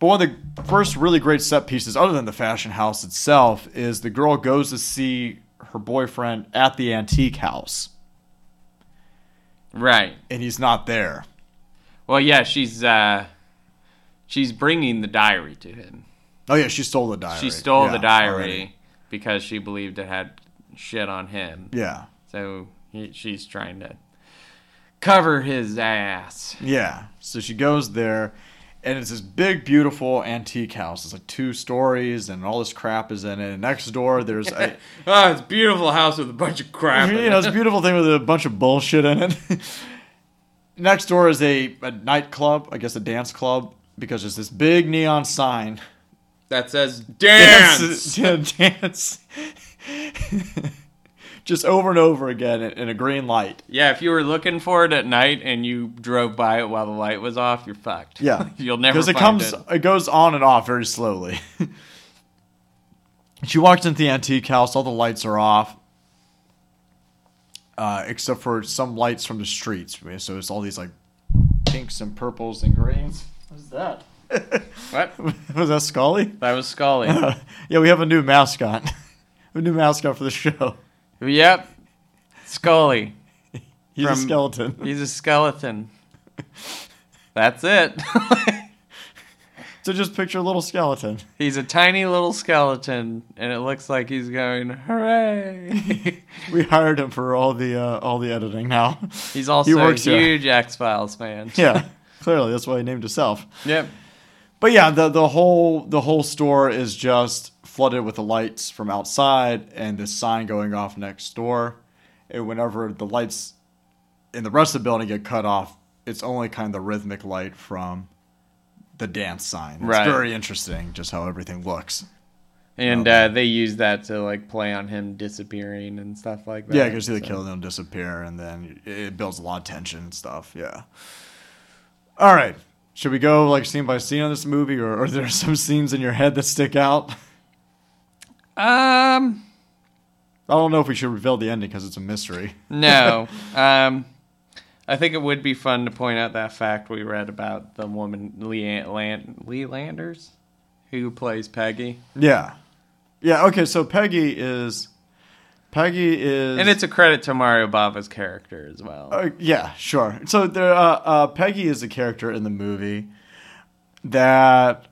S1: But one of the first really great set pieces, other than the fashion house itself, is the girl goes to see her boyfriend at the antique house,
S4: Right.
S1: and he's not there.
S4: Well, yeah, she's uh, she's bringing the diary to him.
S1: Oh yeah, she stole the diary.
S4: She stole
S1: Yeah,
S4: the diary
S1: already.
S4: because she believed it had shit on him.
S1: Yeah,
S4: So he, she's trying to cover his ass.
S1: yeah. So she goes there, and it's this big, beautiful antique house. It's like two stories, and all this crap is in it. And next door, there's a
S4: Oh, it's a beautiful house with a bunch of crap. in
S1: you
S4: it.
S1: know, it's a beautiful thing with a bunch of bullshit in it. Next door is a, a nightclub, I guess a dance club, because there's this big neon sign.
S4: That says dance.
S1: Yeah, dance. Just over and over again in, in a green light.
S4: Yeah, if you were looking for it at night and you drove by it while the light was off, you're fucked.
S1: Yeah,
S4: You'll never
S1: it
S4: find
S1: comes,
S4: it.
S1: it goes on and off very slowly. she walks into the antique house. All the lights are off, uh, except for some lights from the streets. So it's all these like pinks and purples and greens. What's that?
S4: What?
S1: Was that Scully?
S4: That was Scully.
S1: Yeah, we have a new mascot. a new mascot for the show.
S4: yep. Scully.
S1: He's a
S4: From-
S1: skeleton.
S4: He's a skeleton. That's it.
S1: So just picture a little skeleton.
S4: He's a tiny little skeleton, and it looks like he's going hooray.
S1: We hired him for all the uh, all the editing now.
S4: he's also
S1: works
S4: a
S1: here.
S4: huge X Files fan.
S1: yeah, clearly that's why he named himself.
S4: Yep.
S1: But yeah, the the whole the whole store is just flooded with the lights from outside and this sign going off next door. And whenever the lights in the rest of the building get cut off, it's only kind of the rhythmic light from the dance sign. It's
S4: Right.
S1: very interesting just how everything looks.
S4: And uh, they use that to like play on him disappearing and stuff like that.
S1: Yeah, you can see the
S4: so-
S1: kill them disappear, and then it builds a lot of tension and stuff. Yeah. All right. Should we go like scene by scene on this movie, or are there some scenes in your head that stick out?
S4: Um,
S1: I don't know if we should reveal the ending because it's a mystery.
S4: no. um, I think it would be fun to point out that fact we read about the woman Lee, Land- Lee Landers, who plays Peggy,
S1: Yeah. Yeah. Okay. So Peggy is. Peggy is.
S4: and it's a credit to Mario Bava's character as well.
S1: Uh, yeah, sure. So there, uh, uh, Peggy is a character in the movie that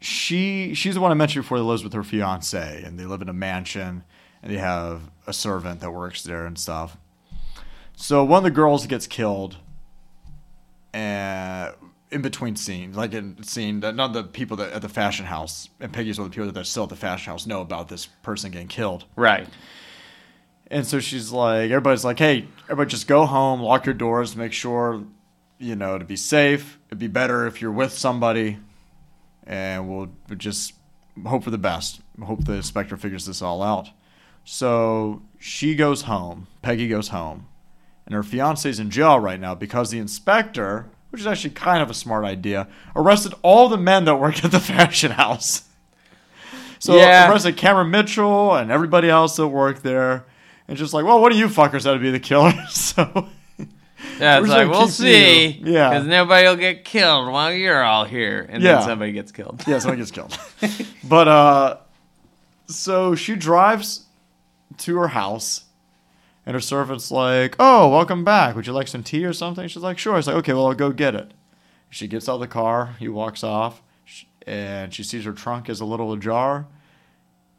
S1: she she's the one I mentioned before that lives with her fiance, and they live in a mansion, and they have a servant that works there and stuff. So one of the girls gets killed, and in between scenes, like in scene that none of the people that at the fashion house and Peggy's one of the people that are still at the fashion house know about this person getting killed.
S4: right.
S1: And so she's like, everybody's like, hey, everybody just go home, lock your doors, make sure, you know, to be safe. It'd be better if you're with somebody. And we'll we'll just hope for the best. Hope the inspector figures this all out. So she goes home. Peggy goes home. And her fiance's in jail right now because the inspector, which is actually kind of a smart idea, arrested all the men that work at the fashion house. So
S4: Yeah.
S1: arrested Cameron Mitchell and everybody else that worked there. And just like, well, what do you fuckers that to be the killer? so
S4: Yeah,
S1: We're
S4: it's
S1: just
S4: like
S1: gonna
S4: we'll
S1: keep
S4: see.
S1: you. Yeah.
S4: because nobody will get killed while you're all here, and
S1: Yeah.
S4: then somebody gets killed.
S1: yeah, someone gets killed. but uh so she drives to her house and her servant's like, Oh, welcome back. Would you like some tea or something? She's like, Sure. He's like, Okay, well I'll go get it. She gets out of the car, he walks off, sh- and she sees her trunk is a little ajar.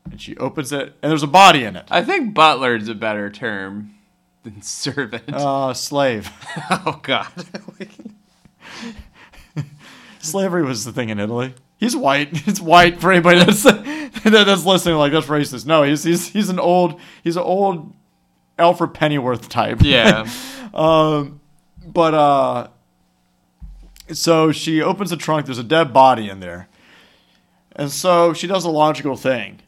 S1: And she opens it and there's a body in it.
S4: I think butler's a better term than servant.
S1: Uh slave.
S4: oh God.
S1: Slavery was the thing in Italy. He's white. It's white for anybody that's that's listening. Like that's racist. No, he's he's he's an old he's an old Alfred Pennyworth type.
S4: yeah.
S1: But uh, so she opens the trunk. There's a dead body in there, and so she does a logical thing.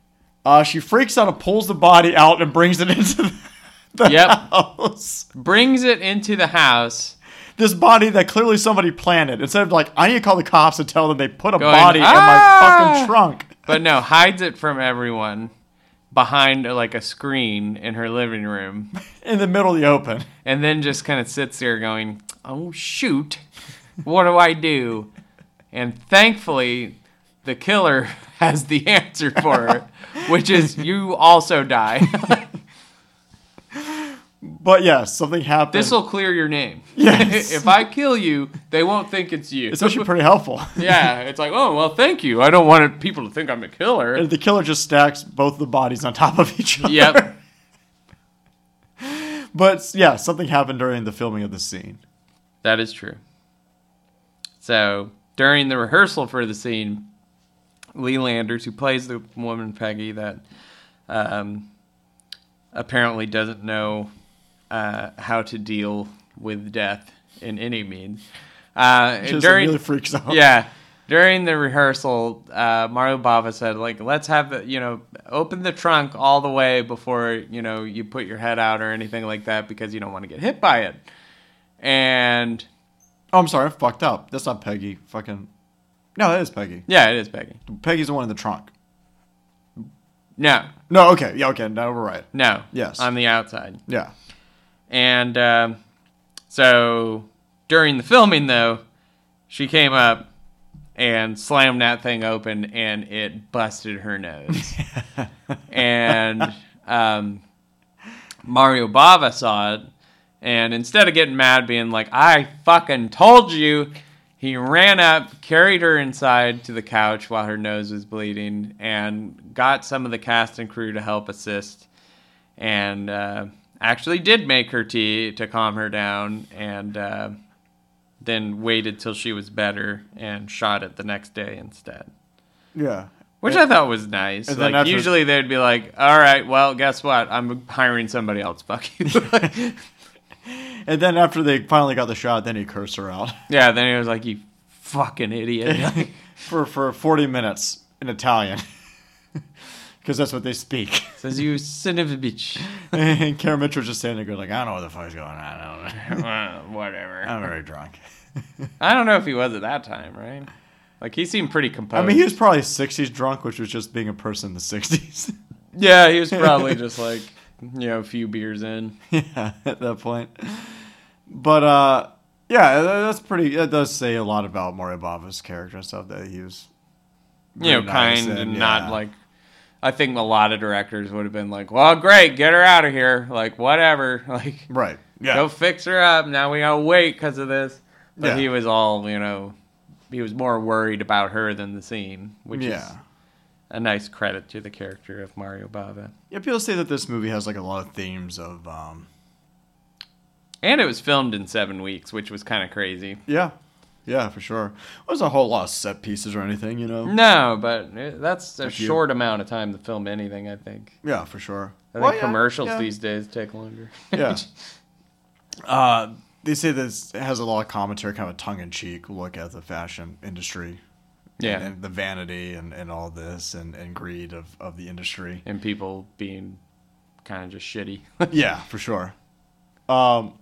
S1: Uh, she freaks out and pulls the body out and brings it into the, the
S4: Yep.
S1: house.
S4: Brings it into the house.
S1: This body that clearly somebody planted. Instead of like, I need to call the cops and tell them they put a
S4: Going,
S1: body in my
S4: "Ah!"
S1: fucking trunk.
S4: But no, hides it from everyone behind uh, like a screen in her living room
S1: in the middle of the open.
S4: and then just kind of sits there going, "Oh shoot. What do I do?" And thankfully, the killer has the answer for her, which is you also die.
S1: But yes, something happened.
S4: this will clear your name.
S1: Yes.
S4: if I kill you, they won't think it's you.
S1: it's actually pretty helpful.
S4: yeah, it's like, "Oh, well, thank you. I don't want it- people to think I'm a killer."
S1: the killer just stacks both the bodies on top of each other.
S4: Yep.
S1: But yeah, something happened during the filming of the scene.
S4: That is true. So during the rehearsal for the scene, Lee Landers, who plays the woman Peggy that um, apparently doesn't know uh, how to deal with death in any means, uh,
S1: Just
S4: during
S1: really freaks out.
S4: yeah. During the rehearsal, uh, Mario Bava said, like, let's have the, you know, open the trunk all the way before, you know, you put your head out or anything like that because you don't want to get hit by it. And
S1: Oh, I'm sorry, I fucked up. That's not Peggy. Fucking. No, that is Peggy.
S4: yeah, it is Peggy.
S1: Peggy's the one in the trunk.
S4: No,
S1: No, okay. Yeah, okay. Now we're right.
S4: no.
S1: Yes.
S4: On the outside.
S1: Yeah.
S4: And um, so during the filming, though, she came up and slammed that thing open and it busted her nose. and um, Mario Bava saw it. And instead of getting mad, being like, I fucking told you, He ran up, carried her inside to the couch while her nose was bleeding, and got some of the cast and crew to help assist. And uh, actually did make her tea to calm her down, and uh, then waited till she was better and shot it the next day instead.
S1: Yeah.
S4: Which I thought was nice.
S1: And then
S4: Like
S1: after-
S4: usually they'd be like, "All right, well, guess what? I'm hiring somebody else." Fuck you.
S1: And then after they finally got the shot, then he cursed her out
S4: yeah. Then he was like, "You fucking idiot." Like,
S1: for for 40 minutes in Italian, because that's what they speak.
S4: Says you son of a bitch.
S1: and Karen Mitchell's just standing there, going like, I don't know what the fuck's going on. I don't know.
S4: Uh, whatever.
S1: I'm very drunk.
S4: I don't know if he was at that time, right? Like he seemed pretty composed.
S1: I mean, he was probably 60s drunk, which was just being a person in the 60s.
S4: yeah, he was probably just like you know a few beers in.
S1: yeah, at that point. But uh, yeah, tha- that's pretty. That does say a lot about Mario Bava's character and stuff that he was.
S4: you know,
S1: very nice
S4: kind and,
S1: yeah.
S4: not like. I think a lot of directors would have been like, "Well, great, get her out of here. Like, whatever. Like,
S1: right. Yeah,
S4: go fix her up. Now we gotta wait because of this." But
S1: Yeah.
S4: he was all, you know, he was more worried about her than the scene, which is
S1: yeah.
S4: a nice credit to the character of Mario Bava.
S1: Yeah, people say that this movie has like a lot of themes of um
S4: And it was filmed in seven weeks, which was kind of crazy.
S1: yeah. Yeah, for sure. Wasn't a whole lot of set pieces or anything, you know.
S4: No, but it- that's a
S1: you-
S4: short amount of time to film anything, I think.
S1: Yeah, for sure.
S4: I think
S1: Well, yeah,
S4: commercials
S1: yeah.
S4: these days take longer.
S1: Yeah. Uh they say this it has a lot of commentary, kind of a tongue in cheek look at the fashion industry.
S4: yeah.
S1: And, and the vanity and, and all this and, and greed of, of the industry.
S4: and people being kind of just shitty.
S1: Yeah, for sure. Um,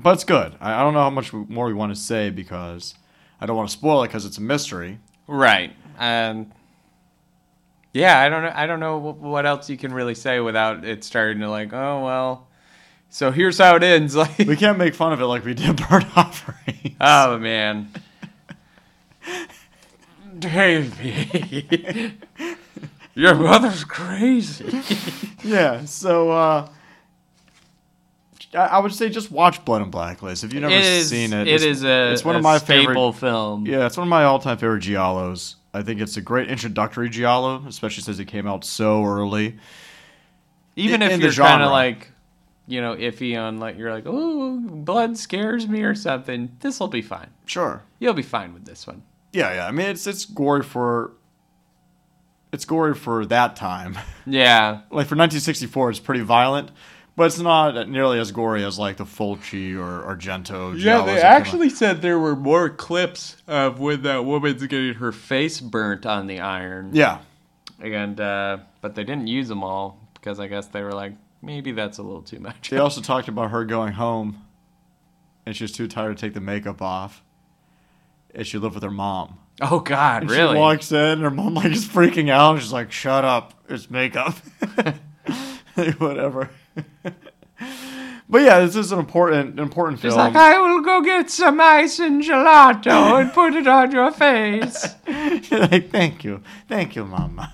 S1: but it's good. I, I don't know how much more we want to say because I don't want to spoil it because it's a mystery.
S4: right. Um, yeah, I don't know. I don't know wh- what else you can really say without it starting to like, oh well. So here's how it ends. Like,
S1: We can't make fun of it like we did Bird Offering.
S4: oh man. Davey, your mother's crazy.
S1: yeah. So uh, I, I would say just watch Blood and Black Lace if you've never
S4: It is.
S1: seen it.
S4: it is a.
S1: it's one
S4: a
S1: of my
S4: staple
S1: favorite.
S4: film.
S1: Yeah, it's one of my all-time favorite giallos. I think it's a great introductory giallo, especially since it came out so early.
S4: Even
S1: in
S4: if
S1: the
S4: you're kind
S1: genre.
S4: of like, you know, iffy on like you're like, oh, blood scares me or something. This will be fine.
S1: Sure.
S4: You'll be fine with this one.
S1: Yeah, yeah. I mean, it's it's gory for it's gory for that time.
S4: Yeah.
S1: like for 1964, it's pretty violent, but it's not nearly as gory as like the Fulci or Argento. giallos that came out.
S4: said there were more clips of when that woman's getting her face burnt on the iron.
S1: Yeah,
S4: And uh, but they didn't use them all because I guess they were like, maybe that's a little too much.
S1: they also talked about her going home, and she was too tired to take the makeup off, and she lived with her mom.
S4: Oh God,
S1: She
S4: really?
S1: walks in, and her mom like is freaking out. And she's like, "Shut up, it's makeup." Like, Whatever. but yeah, this is an important important
S4: She's
S1: film.
S4: like, I will go get some ice and gelato and put it on your face.
S1: like, thank you, thank you, Mama.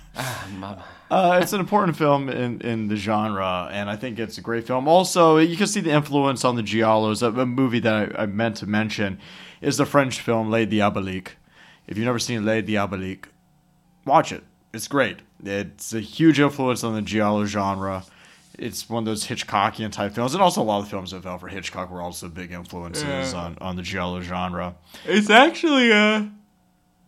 S1: Uh, it's an important film in, in the genre, and I think it's a great film. Also, you can see the influence on the Giallos. A, a movie that I, I meant to mention is the French film Les Diaboliques. If you've never seen Les Diaboliques, watch it. It's great. It's a huge influence on the Giallo genre. It's one of those Hitchcockian type films, and also a lot of the films of Alfred Hitchcock were also big influences on, on the Giallo genre.
S4: It's actually uh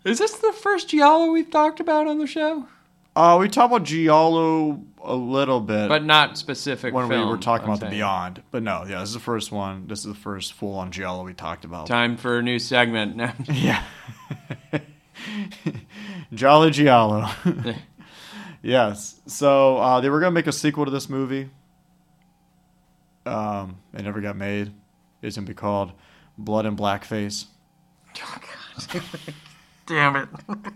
S4: Is this the first Giallo we've talked about on the show?
S1: Uh, we talked about Giallo a little bit.
S4: But not specific
S1: when
S4: film,
S1: we were talking
S4: I'm
S1: about
S4: saying.
S1: the Beyond. But no, yeah, this is the first one. This is the first full on Giallo we talked about.
S4: Time for a new segment. No.
S1: Yeah. Jolly Giallo. yes. So uh, they were going to make a sequel to this movie. Um, it never got made. It's going to be called Blood and Blackface.
S2: Oh, Damn it.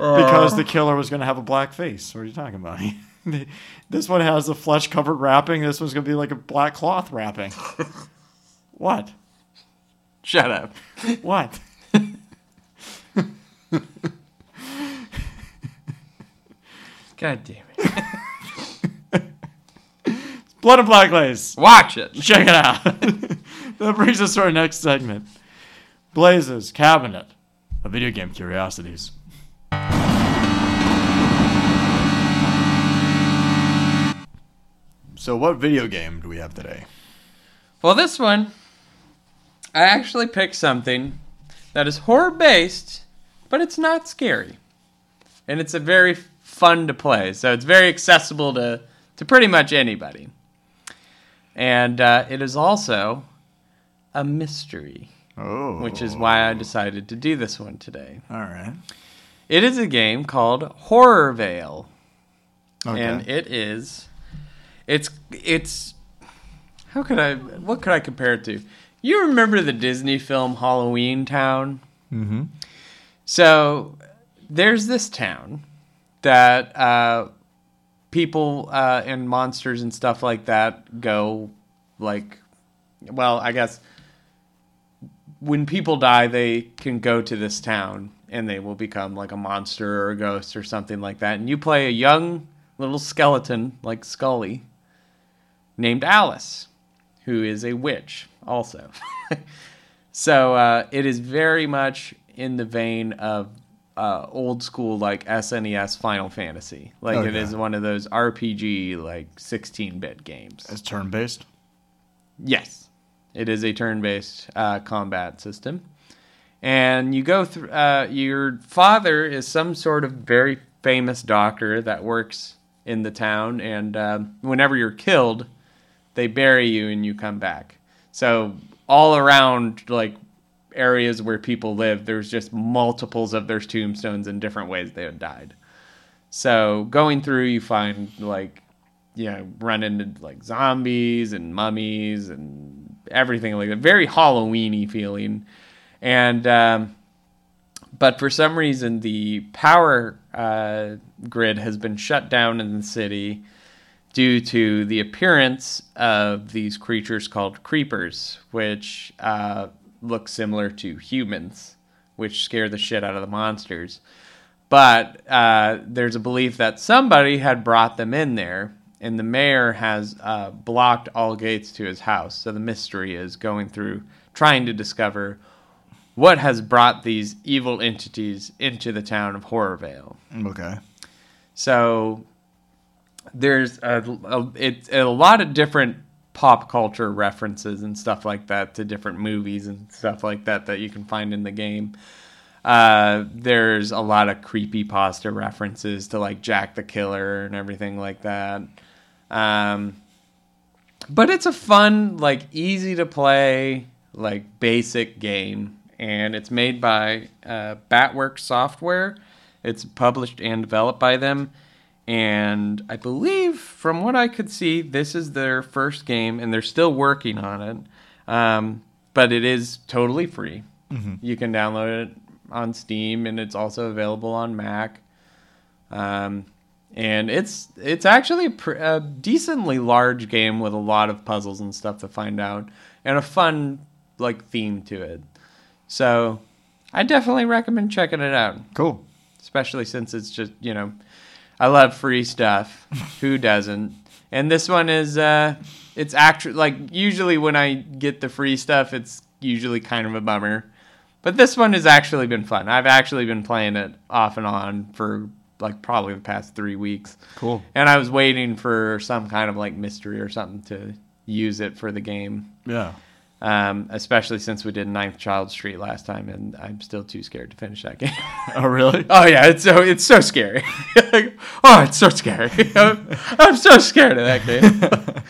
S2: Uh.
S1: Because the killer was going to have a black face. What are you talking about? this one has a flesh covered wrapping. This one's going to be like a black cloth wrapping. what?
S4: Shut up.
S1: What?
S4: God damn it.
S1: Blood and Black Lace.
S4: Watch it.
S1: Check it out. that brings us to our next segment. Blaze's Cabinet of Video Game Curiosities. So, what video game do we have today?
S4: Well, this one, I actually picked something that is horror based, but it's not scary. And it's a very fun to play, so it's very accessible to, to pretty much anybody. And uh, it is also a mystery,
S1: Oh,
S4: which is why I decided to do this one today.
S1: all right.
S4: It is a game called Horrorvale.
S1: Okay.
S4: and it is it's it's how could i what could i compare it to you remember the disney film halloween town mm-hmm so there's this town that uh people uh and monsters and stuff like that go like well i guess when people die they can go to this town and they will become like a monster or a ghost or something like that and you play a young little skeleton like scully named alice who is a witch also so uh, it is very much in the vein of uh, old school like snes final fantasy like it
S1: Okay.
S4: is one of those rpg like 16-bit games
S1: it's turn based.
S4: Yes, it is a turn-based uh, combat system, and you go through. Uh, your father is some sort of very famous doctor that works in the town, and um whenever you're killed, they bury you and you come back. So all around, like areas where people live, there's just multiples of their tombstones in different ways they had died. So going through, you find like you know, run into like zombies and mummies and everything like that. Very Halloweeny feeling, and um, but for some reason the power uh, grid has been shut down in the city due to the appearance of these creatures called creepers, which uh, look similar to humans, which scare the shit out of the monsters but uh, there's a belief that somebody had brought them in there, and the mayor has uh, blocked all gates to his house. So the mystery is going through trying to discover what has brought these evil entities into the town of Horrorvale.
S1: Okay.
S4: So there's a, a, it's a lot of different pop culture references and stuff like that to different movies and stuff like that that you can find in the game. Uh, there's a lot of creepy pasta references to like Jack the Killer and everything like that. Um, but it's a fun, like easy to play, like basic game, and it's made by uh, Batwork Software. It's published and developed by them, and I believe, from what I could see, this is their first game, and they're still working on it. Um, but it is totally free. You can download it on Steam, and it's also available on Mac. Um, and it's it's actually a, pr- a decently large game with a lot of puzzles and stuff to find out, and a fun like theme to it. So, I definitely recommend checking it out,
S1: Cool.
S4: especially since it's just you know, I love free stuff. Who doesn't? And this one is uh, it's actually like usually when I get the free stuff, it's usually kind of a bummer. But this one has actually been fun. I've actually been playing it off and on for like probably the past three weeks.
S1: Cool.
S4: And I was waiting for some kind of like mystery or something to use it for the game.
S1: Yeah.
S4: Um, especially since we did Ninth Child Street last time, and I'm still too scared to finish that game.
S1: Oh, really?
S4: oh yeah, it's so it's so scary. Like, oh, it's so scary. I'm, I'm so scared of that game.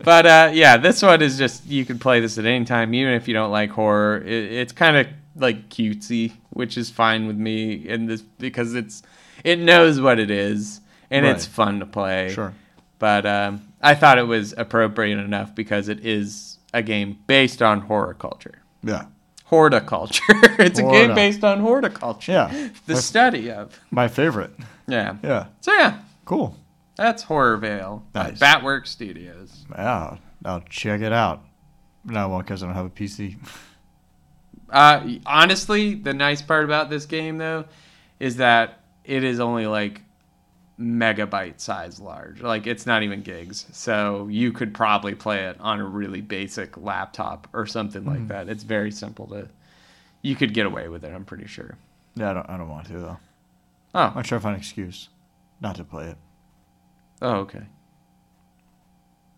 S4: but uh, yeah, this one is just you can play this at any time, even if you don't like horror. It, it's kind of like cutesy, which is fine with me, and this because it's it knows what it is and it's
S1: Right.
S4: fun to play.
S1: Sure.
S4: But um, I thought it was appropriate enough because it is a game based on horror culture.
S1: Yeah.
S4: Horticulture. it's a
S1: Horta.
S4: game based on horticulture.
S1: Yeah.
S4: The study of.
S1: My favorite.
S4: Yeah.
S1: Yeah.
S4: So yeah,
S1: Cool.
S4: that's Horrorvale. by
S1: Nice.
S4: Batwork Studios.
S1: Yeah. I'll check it out. No, I won't because I don't have a PC.
S4: Uh, honestly, the nice part about this game though is that it is only like megabyte size large. Like it's not even gigs. So you could
S1: Mm.
S4: probably play it on a really basic laptop or something like that. It's very simple to You could get away with it, I'm pretty sure.
S1: Yeah, I don't, I don't want to, though.
S4: Oh,
S1: I'm trying to find an excuse not to play it.
S4: oh, okay.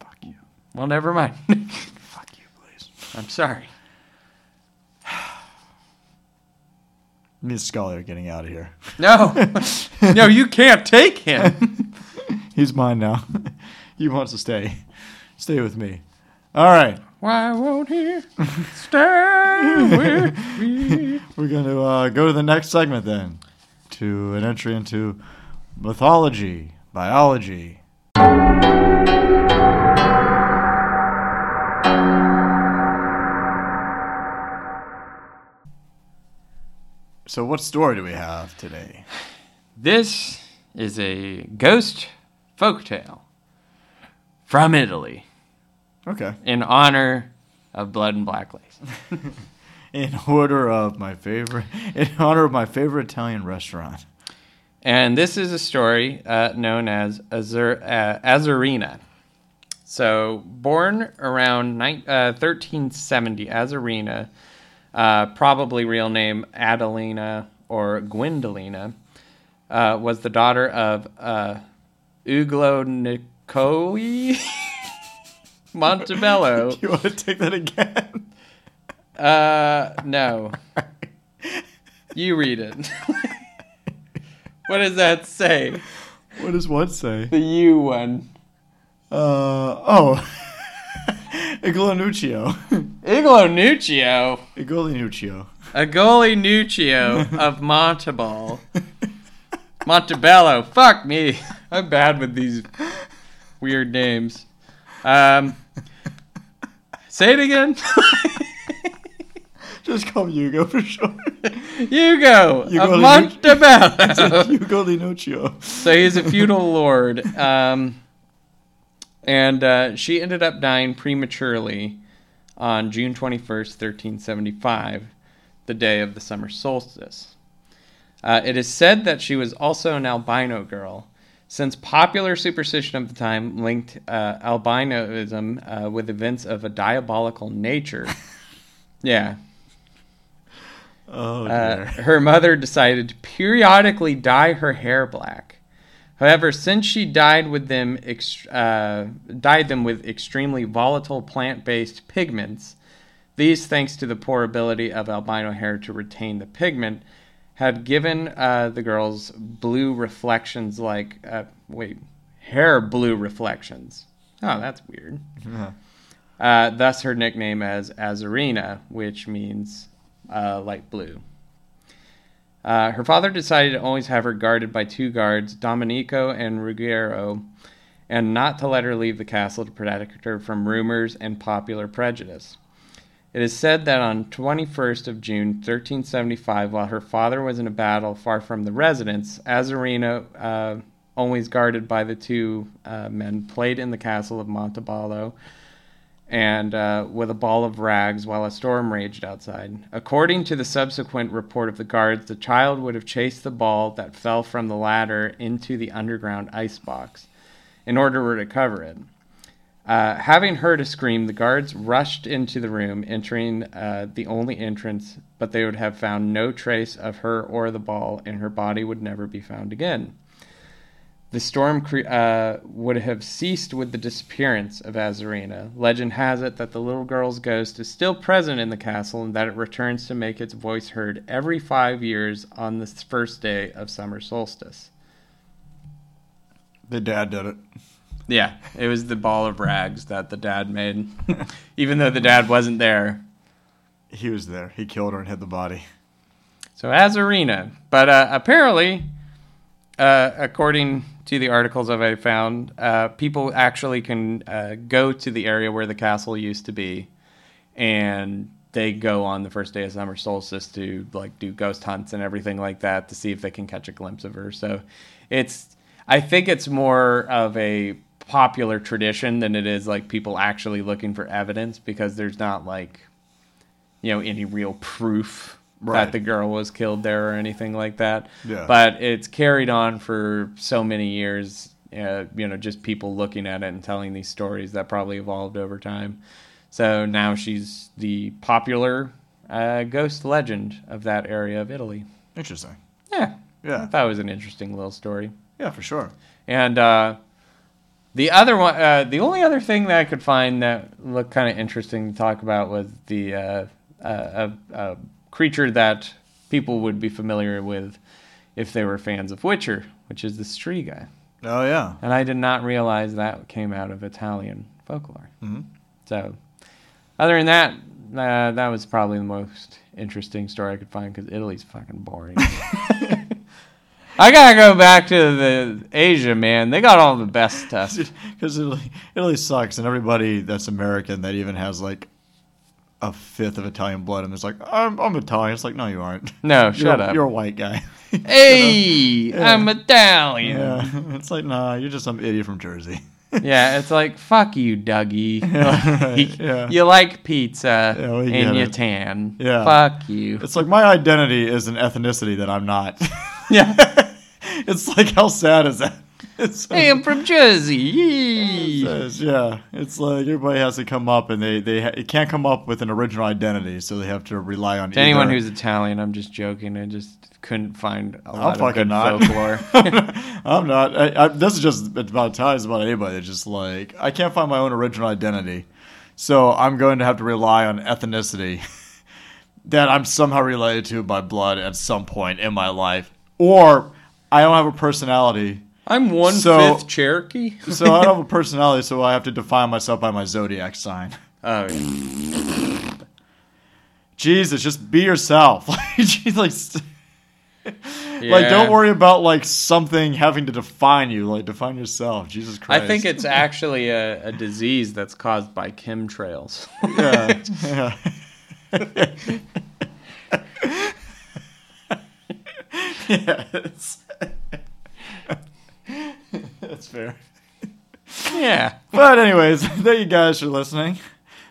S1: Fuck you.
S4: Well, never mind.
S1: Fuck you, please.
S4: I'm sorry.
S1: Me and Scully are getting out of here.
S4: No, no, you can't take him.
S1: He's mine now. he wants to stay. Stay with me. All right.
S4: Why won't he stay with me?
S1: We're going to uh, go to the next segment then to an entry into mythology, biology. So, what story do we have today?
S4: This is a ghost folktale from Italy
S1: Okay.
S4: in honor of Blood and Black Lace.
S1: In order of my favorite, in honor of my favorite Italian restaurant.
S4: And this is a story uh, known as Azur- uh, Azurina. So, born around ni- uh, 1370, Azurina, uh, probably real name Adelina or Gwendolina, uh, was the daughter of uh, Uglo Nicoi Montebello.
S1: You want to take that again?
S4: Uh, no. You read it. what does that say?
S1: What does what say?
S4: The U one.
S1: Uh, oh. Iglonuccio.
S4: Iglonuccio,
S1: Iglonuccio.
S4: a goalie Nuccio of Montebello. Montebello, fuck me. I'm bad with these weird names. Um, say it again.
S1: Just call me Hugo for short.
S4: Hugo
S1: Ugolinu-
S4: of Montebello.
S1: Hugo Linuccio.
S4: so he's a feudal lord. Um, and uh, she ended up dying prematurely on June 21st, 1375, the day of the summer solstice. Uh, it is said that she was also an albino girl, since popular superstition of the time linked uh, albinism uh, with events of a diabolical nature. yeah,
S1: Oh,
S4: uh,
S1: dear.
S4: her mother decided to periodically dye her hair black. However, since she dyed with them ext- uh, dyed them with extremely volatile plant-based pigments, these, thanks to the poor ability of albino hair to retain the pigment, had given uh, the girls blue reflections like uh, wait hair blue reflections. Oh, that's weird. Uh, thus, her nickname as Azarina, which means uh, light blue. Uh, her father decided to always have her guarded by two guards, Domenico and Ruggiero, and not to let her leave the castle to protect her from rumors and popular prejudice. It is said that on 21st of June 1375, while her father was in a battle far from the residence, Azarina, uh, always guarded by the two uh, men, played in the castle of Montebello and uh, with a ball of rags while a storm raged outside. According to the subsequent report of the guards, the child would have chased the ball that fell from the ladder into the underground icebox in order to recover it. Uh, having heard a scream, the guards rushed into the room, entering uh, the only entrance, but they would have found no trace of her or the ball, and her body would never be found again. The storm cre- uh, would have ceased with the disappearance of Azarina. Legend has it that the little girl's ghost is still present in the castle and that it returns to make its voice heard every five years on the first day of summer solstice.
S1: The dad did it.
S4: Yeah, it was the ball of rags that the dad made, even though the dad wasn't there.
S1: He was there. He killed her and hid the body.
S4: So Azarina, but uh, apparently, uh, according to the articles that I found, uh, people actually can uh, go to the area where the castle used to be, and they go on the first day of summer solstice to like do ghost hunts and everything like that to see if they can catch a glimpse of her. So it's, I think it's more of a popular tradition than it is like people actually looking for evidence because there's not like you know any real proof
S1: Right.
S4: that the girl was killed there or anything like that.
S1: Yeah.
S4: But it's carried on for so many years, uh, you know, just people looking at it and telling these stories that probably evolved over time. So now she's the popular a ghost legend of that area of Italy.
S1: Interesting.
S4: Yeah, I
S1: Yeah.
S4: thought it was an interesting little story.
S1: Yeah, for sure.
S4: And uh, the other one, uh, the only other thing that I could find that looked kind of interesting to talk about was the uh, uh, uh, uh, creature that people would be familiar with if they were fans of Witcher, which is the Striga.
S1: Oh yeah.
S4: And I did not realize that came out of Italian folklore. Mm-hmm. So, other than that, uh, that was probably the most interesting story I could find because Italy's fucking boring. I gotta go back to the Asia, man. They got all the best stuff.
S1: Because Italy, Italy sucks, and everybody that's American that even has like a fifth of Italian blood, and it's like, I'm, I'm Italian. It's like, no, you aren't.
S4: No,
S1: You're-
S4: shut up.
S1: You're a white guy.
S4: hey, I'm Italian. Yeah.
S1: yeah. It's like, nah, you're just some idiot from Jersey.
S4: it's like fuck you, Dougie. Like,
S1: yeah.
S4: You like pizza
S1: Yeah, we get
S4: and you
S1: it.
S4: tan.
S1: Yeah.
S4: Fuck you.
S1: It's like my identity is an ethnicity that I'm not.
S4: yeah.
S1: it's like, how sad is that? It's
S4: Hey, I'm from Jersey. Yee.
S1: Yes, yeah, it's like everybody has to come up, and they they ha- it can't come up with an original identity, so they have to rely on
S4: To anyone
S1: either-
S4: who's Italian, I'm just joking. I just couldn't find a
S1: I'm
S4: lot of
S1: fucking
S4: good
S1: not.
S4: folklore.
S1: I'm not. I, I, this is just about ties about anybody. It's just like I can't find my own original identity, so I'm going to have to rely on ethnicity that I'm somehow related to by blood at some point in my life, or I don't have a personality.
S4: I'm one fifth
S1: So-
S4: Cherokee.
S1: So I don't have a personality, so I have to define myself by my zodiac sign.
S4: Oh, yeah.
S1: Jesus, just be yourself. Like, geez, like, st- like
S4: Yeah.
S1: don't worry about like something having to define you. Like define yourself. Jesus Christ.
S4: I think it's actually a, a disease that's caused by chemtrails.
S1: Yeah. yeah. yes. That's fair.
S4: yeah.
S1: But anyways, thank you guys for listening.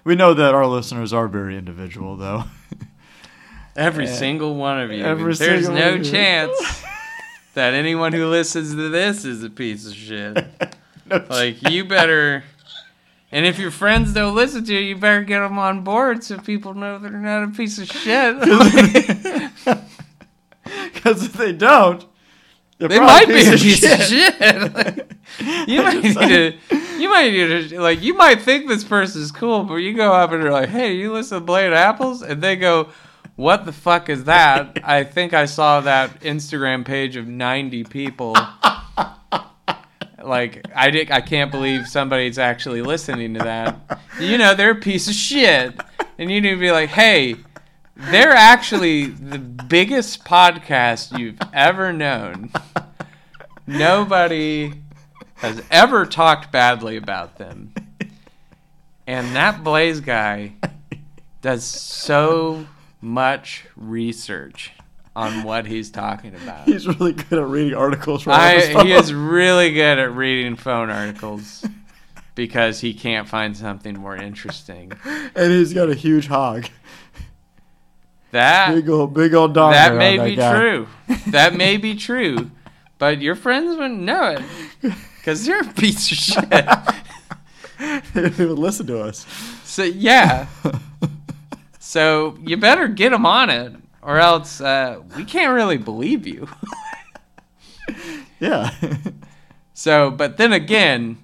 S1: We know that our listeners are very individual, though.
S4: Every single one of you.
S1: Every
S4: There's
S1: single
S4: no
S1: one of you.
S4: chance that anyone who listens to this is a piece of shit. like, you better. And if your friends don't listen to you, you better get them on board so people know they're not a piece of shit.
S1: Because if they don't, they're
S4: They
S1: probably
S4: might be a piece of shit. Like, you might need to. You might need to like. You might think this person's cool, but you go up and you're like, "Hey, you listen to Blade Apples?" And they go, "What the fuck is that?" I think I saw that Instagram page of 90 people. Like I did, I can't believe somebody's actually listening to that. You know they're a piece of shit, and you need to be like, "Hey, they're actually the biggest podcast you've ever known. Nobody has ever talked badly about them. And that Blaze guy does so much research on what he's talking about.
S1: He's really good at reading articles from
S4: I,
S1: other
S4: he
S1: stuff.
S4: is really good at reading phone articles because he can't find something more interesting.
S1: and he's got a huge hog.
S4: That
S1: Big old, big old dog.
S4: that
S1: around
S4: may be
S1: guy.
S4: true. That may be true, but your friends wouldn't know it because you're a piece of shit.
S1: If he would listen to us.
S4: So yeah, so you better get them on it, or else uh, we can't really believe you.
S1: Yeah.
S4: So, but then again,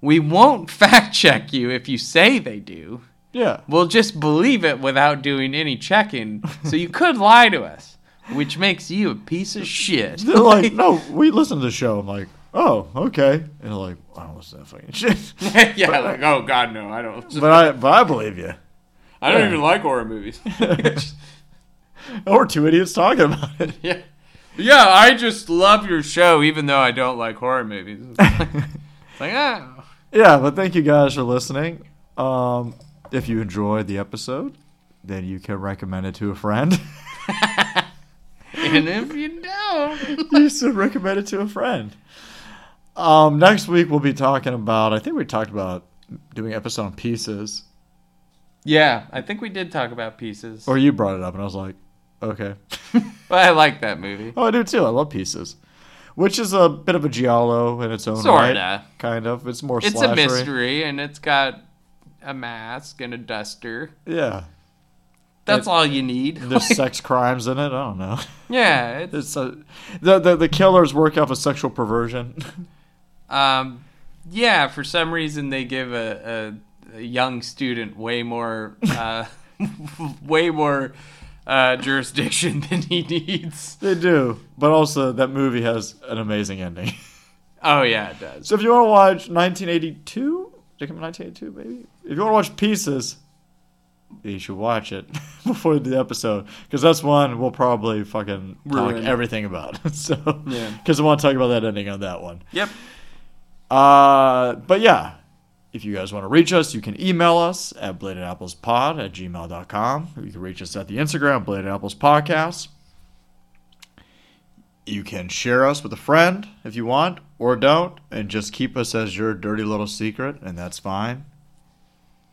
S4: we won't fact check you if you say they do.
S1: yeah.
S4: We'll just believe it without doing any checking. So you could lie to us, which makes you a piece of shit.
S1: They're like, no, we listen to the show. I'm like, oh, okay. And they're like, I don't listen to that fucking shit.
S4: yeah, like oh god, no, I don't.
S1: but I, but I believe you.
S4: I don't even like horror movies.
S1: Oh, we're two idiots talking about it.
S4: yeah. Yeah, I just love your show even though I don't like horror movies. it's like, ah.
S1: Yeah, but thank you guys for listening. Um, if you enjoyed the episode, then you can recommend it to a friend.
S4: And if you don't.
S1: you should recommend it to a friend. Um, next week we'll be talking about. I think we talked about doing episode on pieces,
S4: Yeah, I think we did talk about pieces.
S1: or you brought it up, and I was like, okay.
S4: but I like that movie.
S1: Oh, I do too. I love pieces, which is a bit of a giallo in its own
S4: Sorta.
S1: right. Kind of. It's more.
S4: It's a
S1: slashery.
S4: mystery and it's got a mask and a duster.
S1: Yeah.
S4: That's all you need.
S1: There's sex crimes in it. I don't know.
S4: yeah. It's,
S1: It's a, the, the the killers work off a sexual perversion.
S4: Um, yeah, for some reason they give a, a, a young student way more, uh, way more uh, jurisdiction than he needs.
S1: they do, but also that movie has an amazing ending.
S4: Oh yeah, it does.
S1: So if you want to watch 1982, did it come in 1982, baby? If you want to watch Pieces, you should watch it before the episode because that's one we'll probably fucking talk
S4: Ruin.
S1: everything about. so
S4: Yeah.
S1: because I want to talk about that ending on that one.
S4: Yep.
S1: Uh, but yeah, if you guys want to reach us, you can email us at bladedapplespod at gmail.com. You can reach us at the Instagram, Bladed Apples Podcast. You can share us with a friend if you want or don't, and just keep us as your dirty little secret, and that's fine.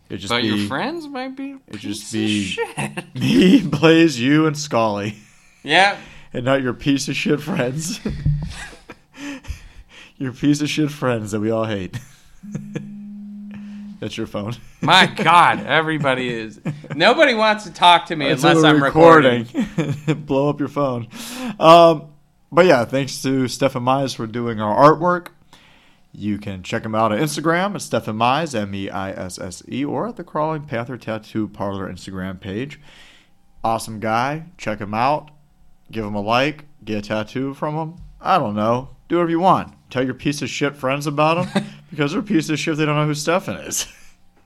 S1: It just
S4: But
S1: be
S4: your friends might be.
S1: it'd
S4: It
S1: just
S4: just
S1: be-
S4: be. Shit.
S1: me, Blaze, you, and Scully,
S4: Yeah.
S1: and not your piece of shit friends. your piece of shit friends that we all hate. that's your phone.
S4: My God, everybody is. Nobody wants to talk to me
S1: Until
S4: unless
S1: we're
S4: I'm recording.
S1: Blow up your phone. Um, but yeah, thanks to Stefan Mize for doing our artwork. You can check him out on Instagram at Stefan Mize, M E I S S E, or at the Crawling Panther Tattoo Parlor Instagram page. Awesome guy. Check him out. Give him a like. Get a tattoo from him. I don't know. Do whatever you want. Tell your piece of shit friends about him because they're pieces of shit. They don't know who Stefan is.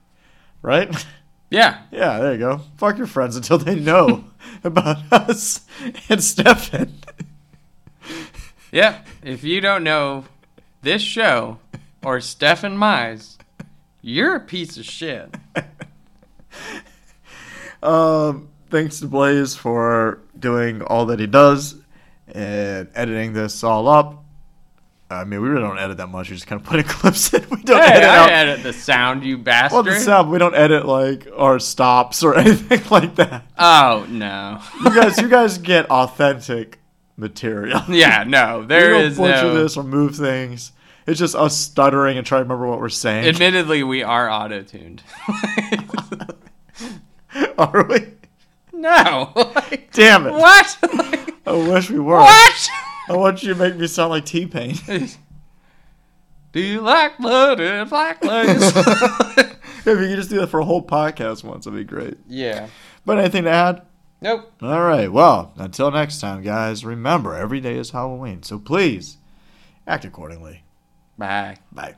S1: right?
S4: Yeah.
S1: Yeah, there you go. Fuck your friends until they know about us and Stefan.
S4: Yep. If you don't know this show or Stefan Mize, you're a piece of shit.
S1: Um, thanks to Blaze for doing all that he does and editing this all up. I mean, we really don't edit that much. We just kind of put in clips in. We don't
S4: Hey,
S1: edit
S4: I
S1: out.
S4: edit the sound, you bastard.
S1: well, the sound, we don't edit like our stops or anything like that.
S4: Oh no.
S1: You guys, you guys get authentic material.
S4: yeah, no.
S1: we
S4: There
S1: don't
S4: is
S1: butcher
S4: no.
S1: this or move things. It's just us stuttering and trying to remember what we're saying.
S4: Admittedly, we are auto tuned.
S1: Are we?
S4: no. Like,
S1: Damn it!
S4: what? Like,
S1: I wish we were.
S4: what?
S1: I want you to make me sound like T Pain.
S4: Do you like blood and black lace?
S1: if you could just do that for a whole podcast once, that'd be great.
S4: yeah.
S1: But anything to add?
S4: Nope.
S1: All right. Well, until next time, guys, remember every day is Halloween, so please act accordingly.
S4: Bye.
S1: Bye.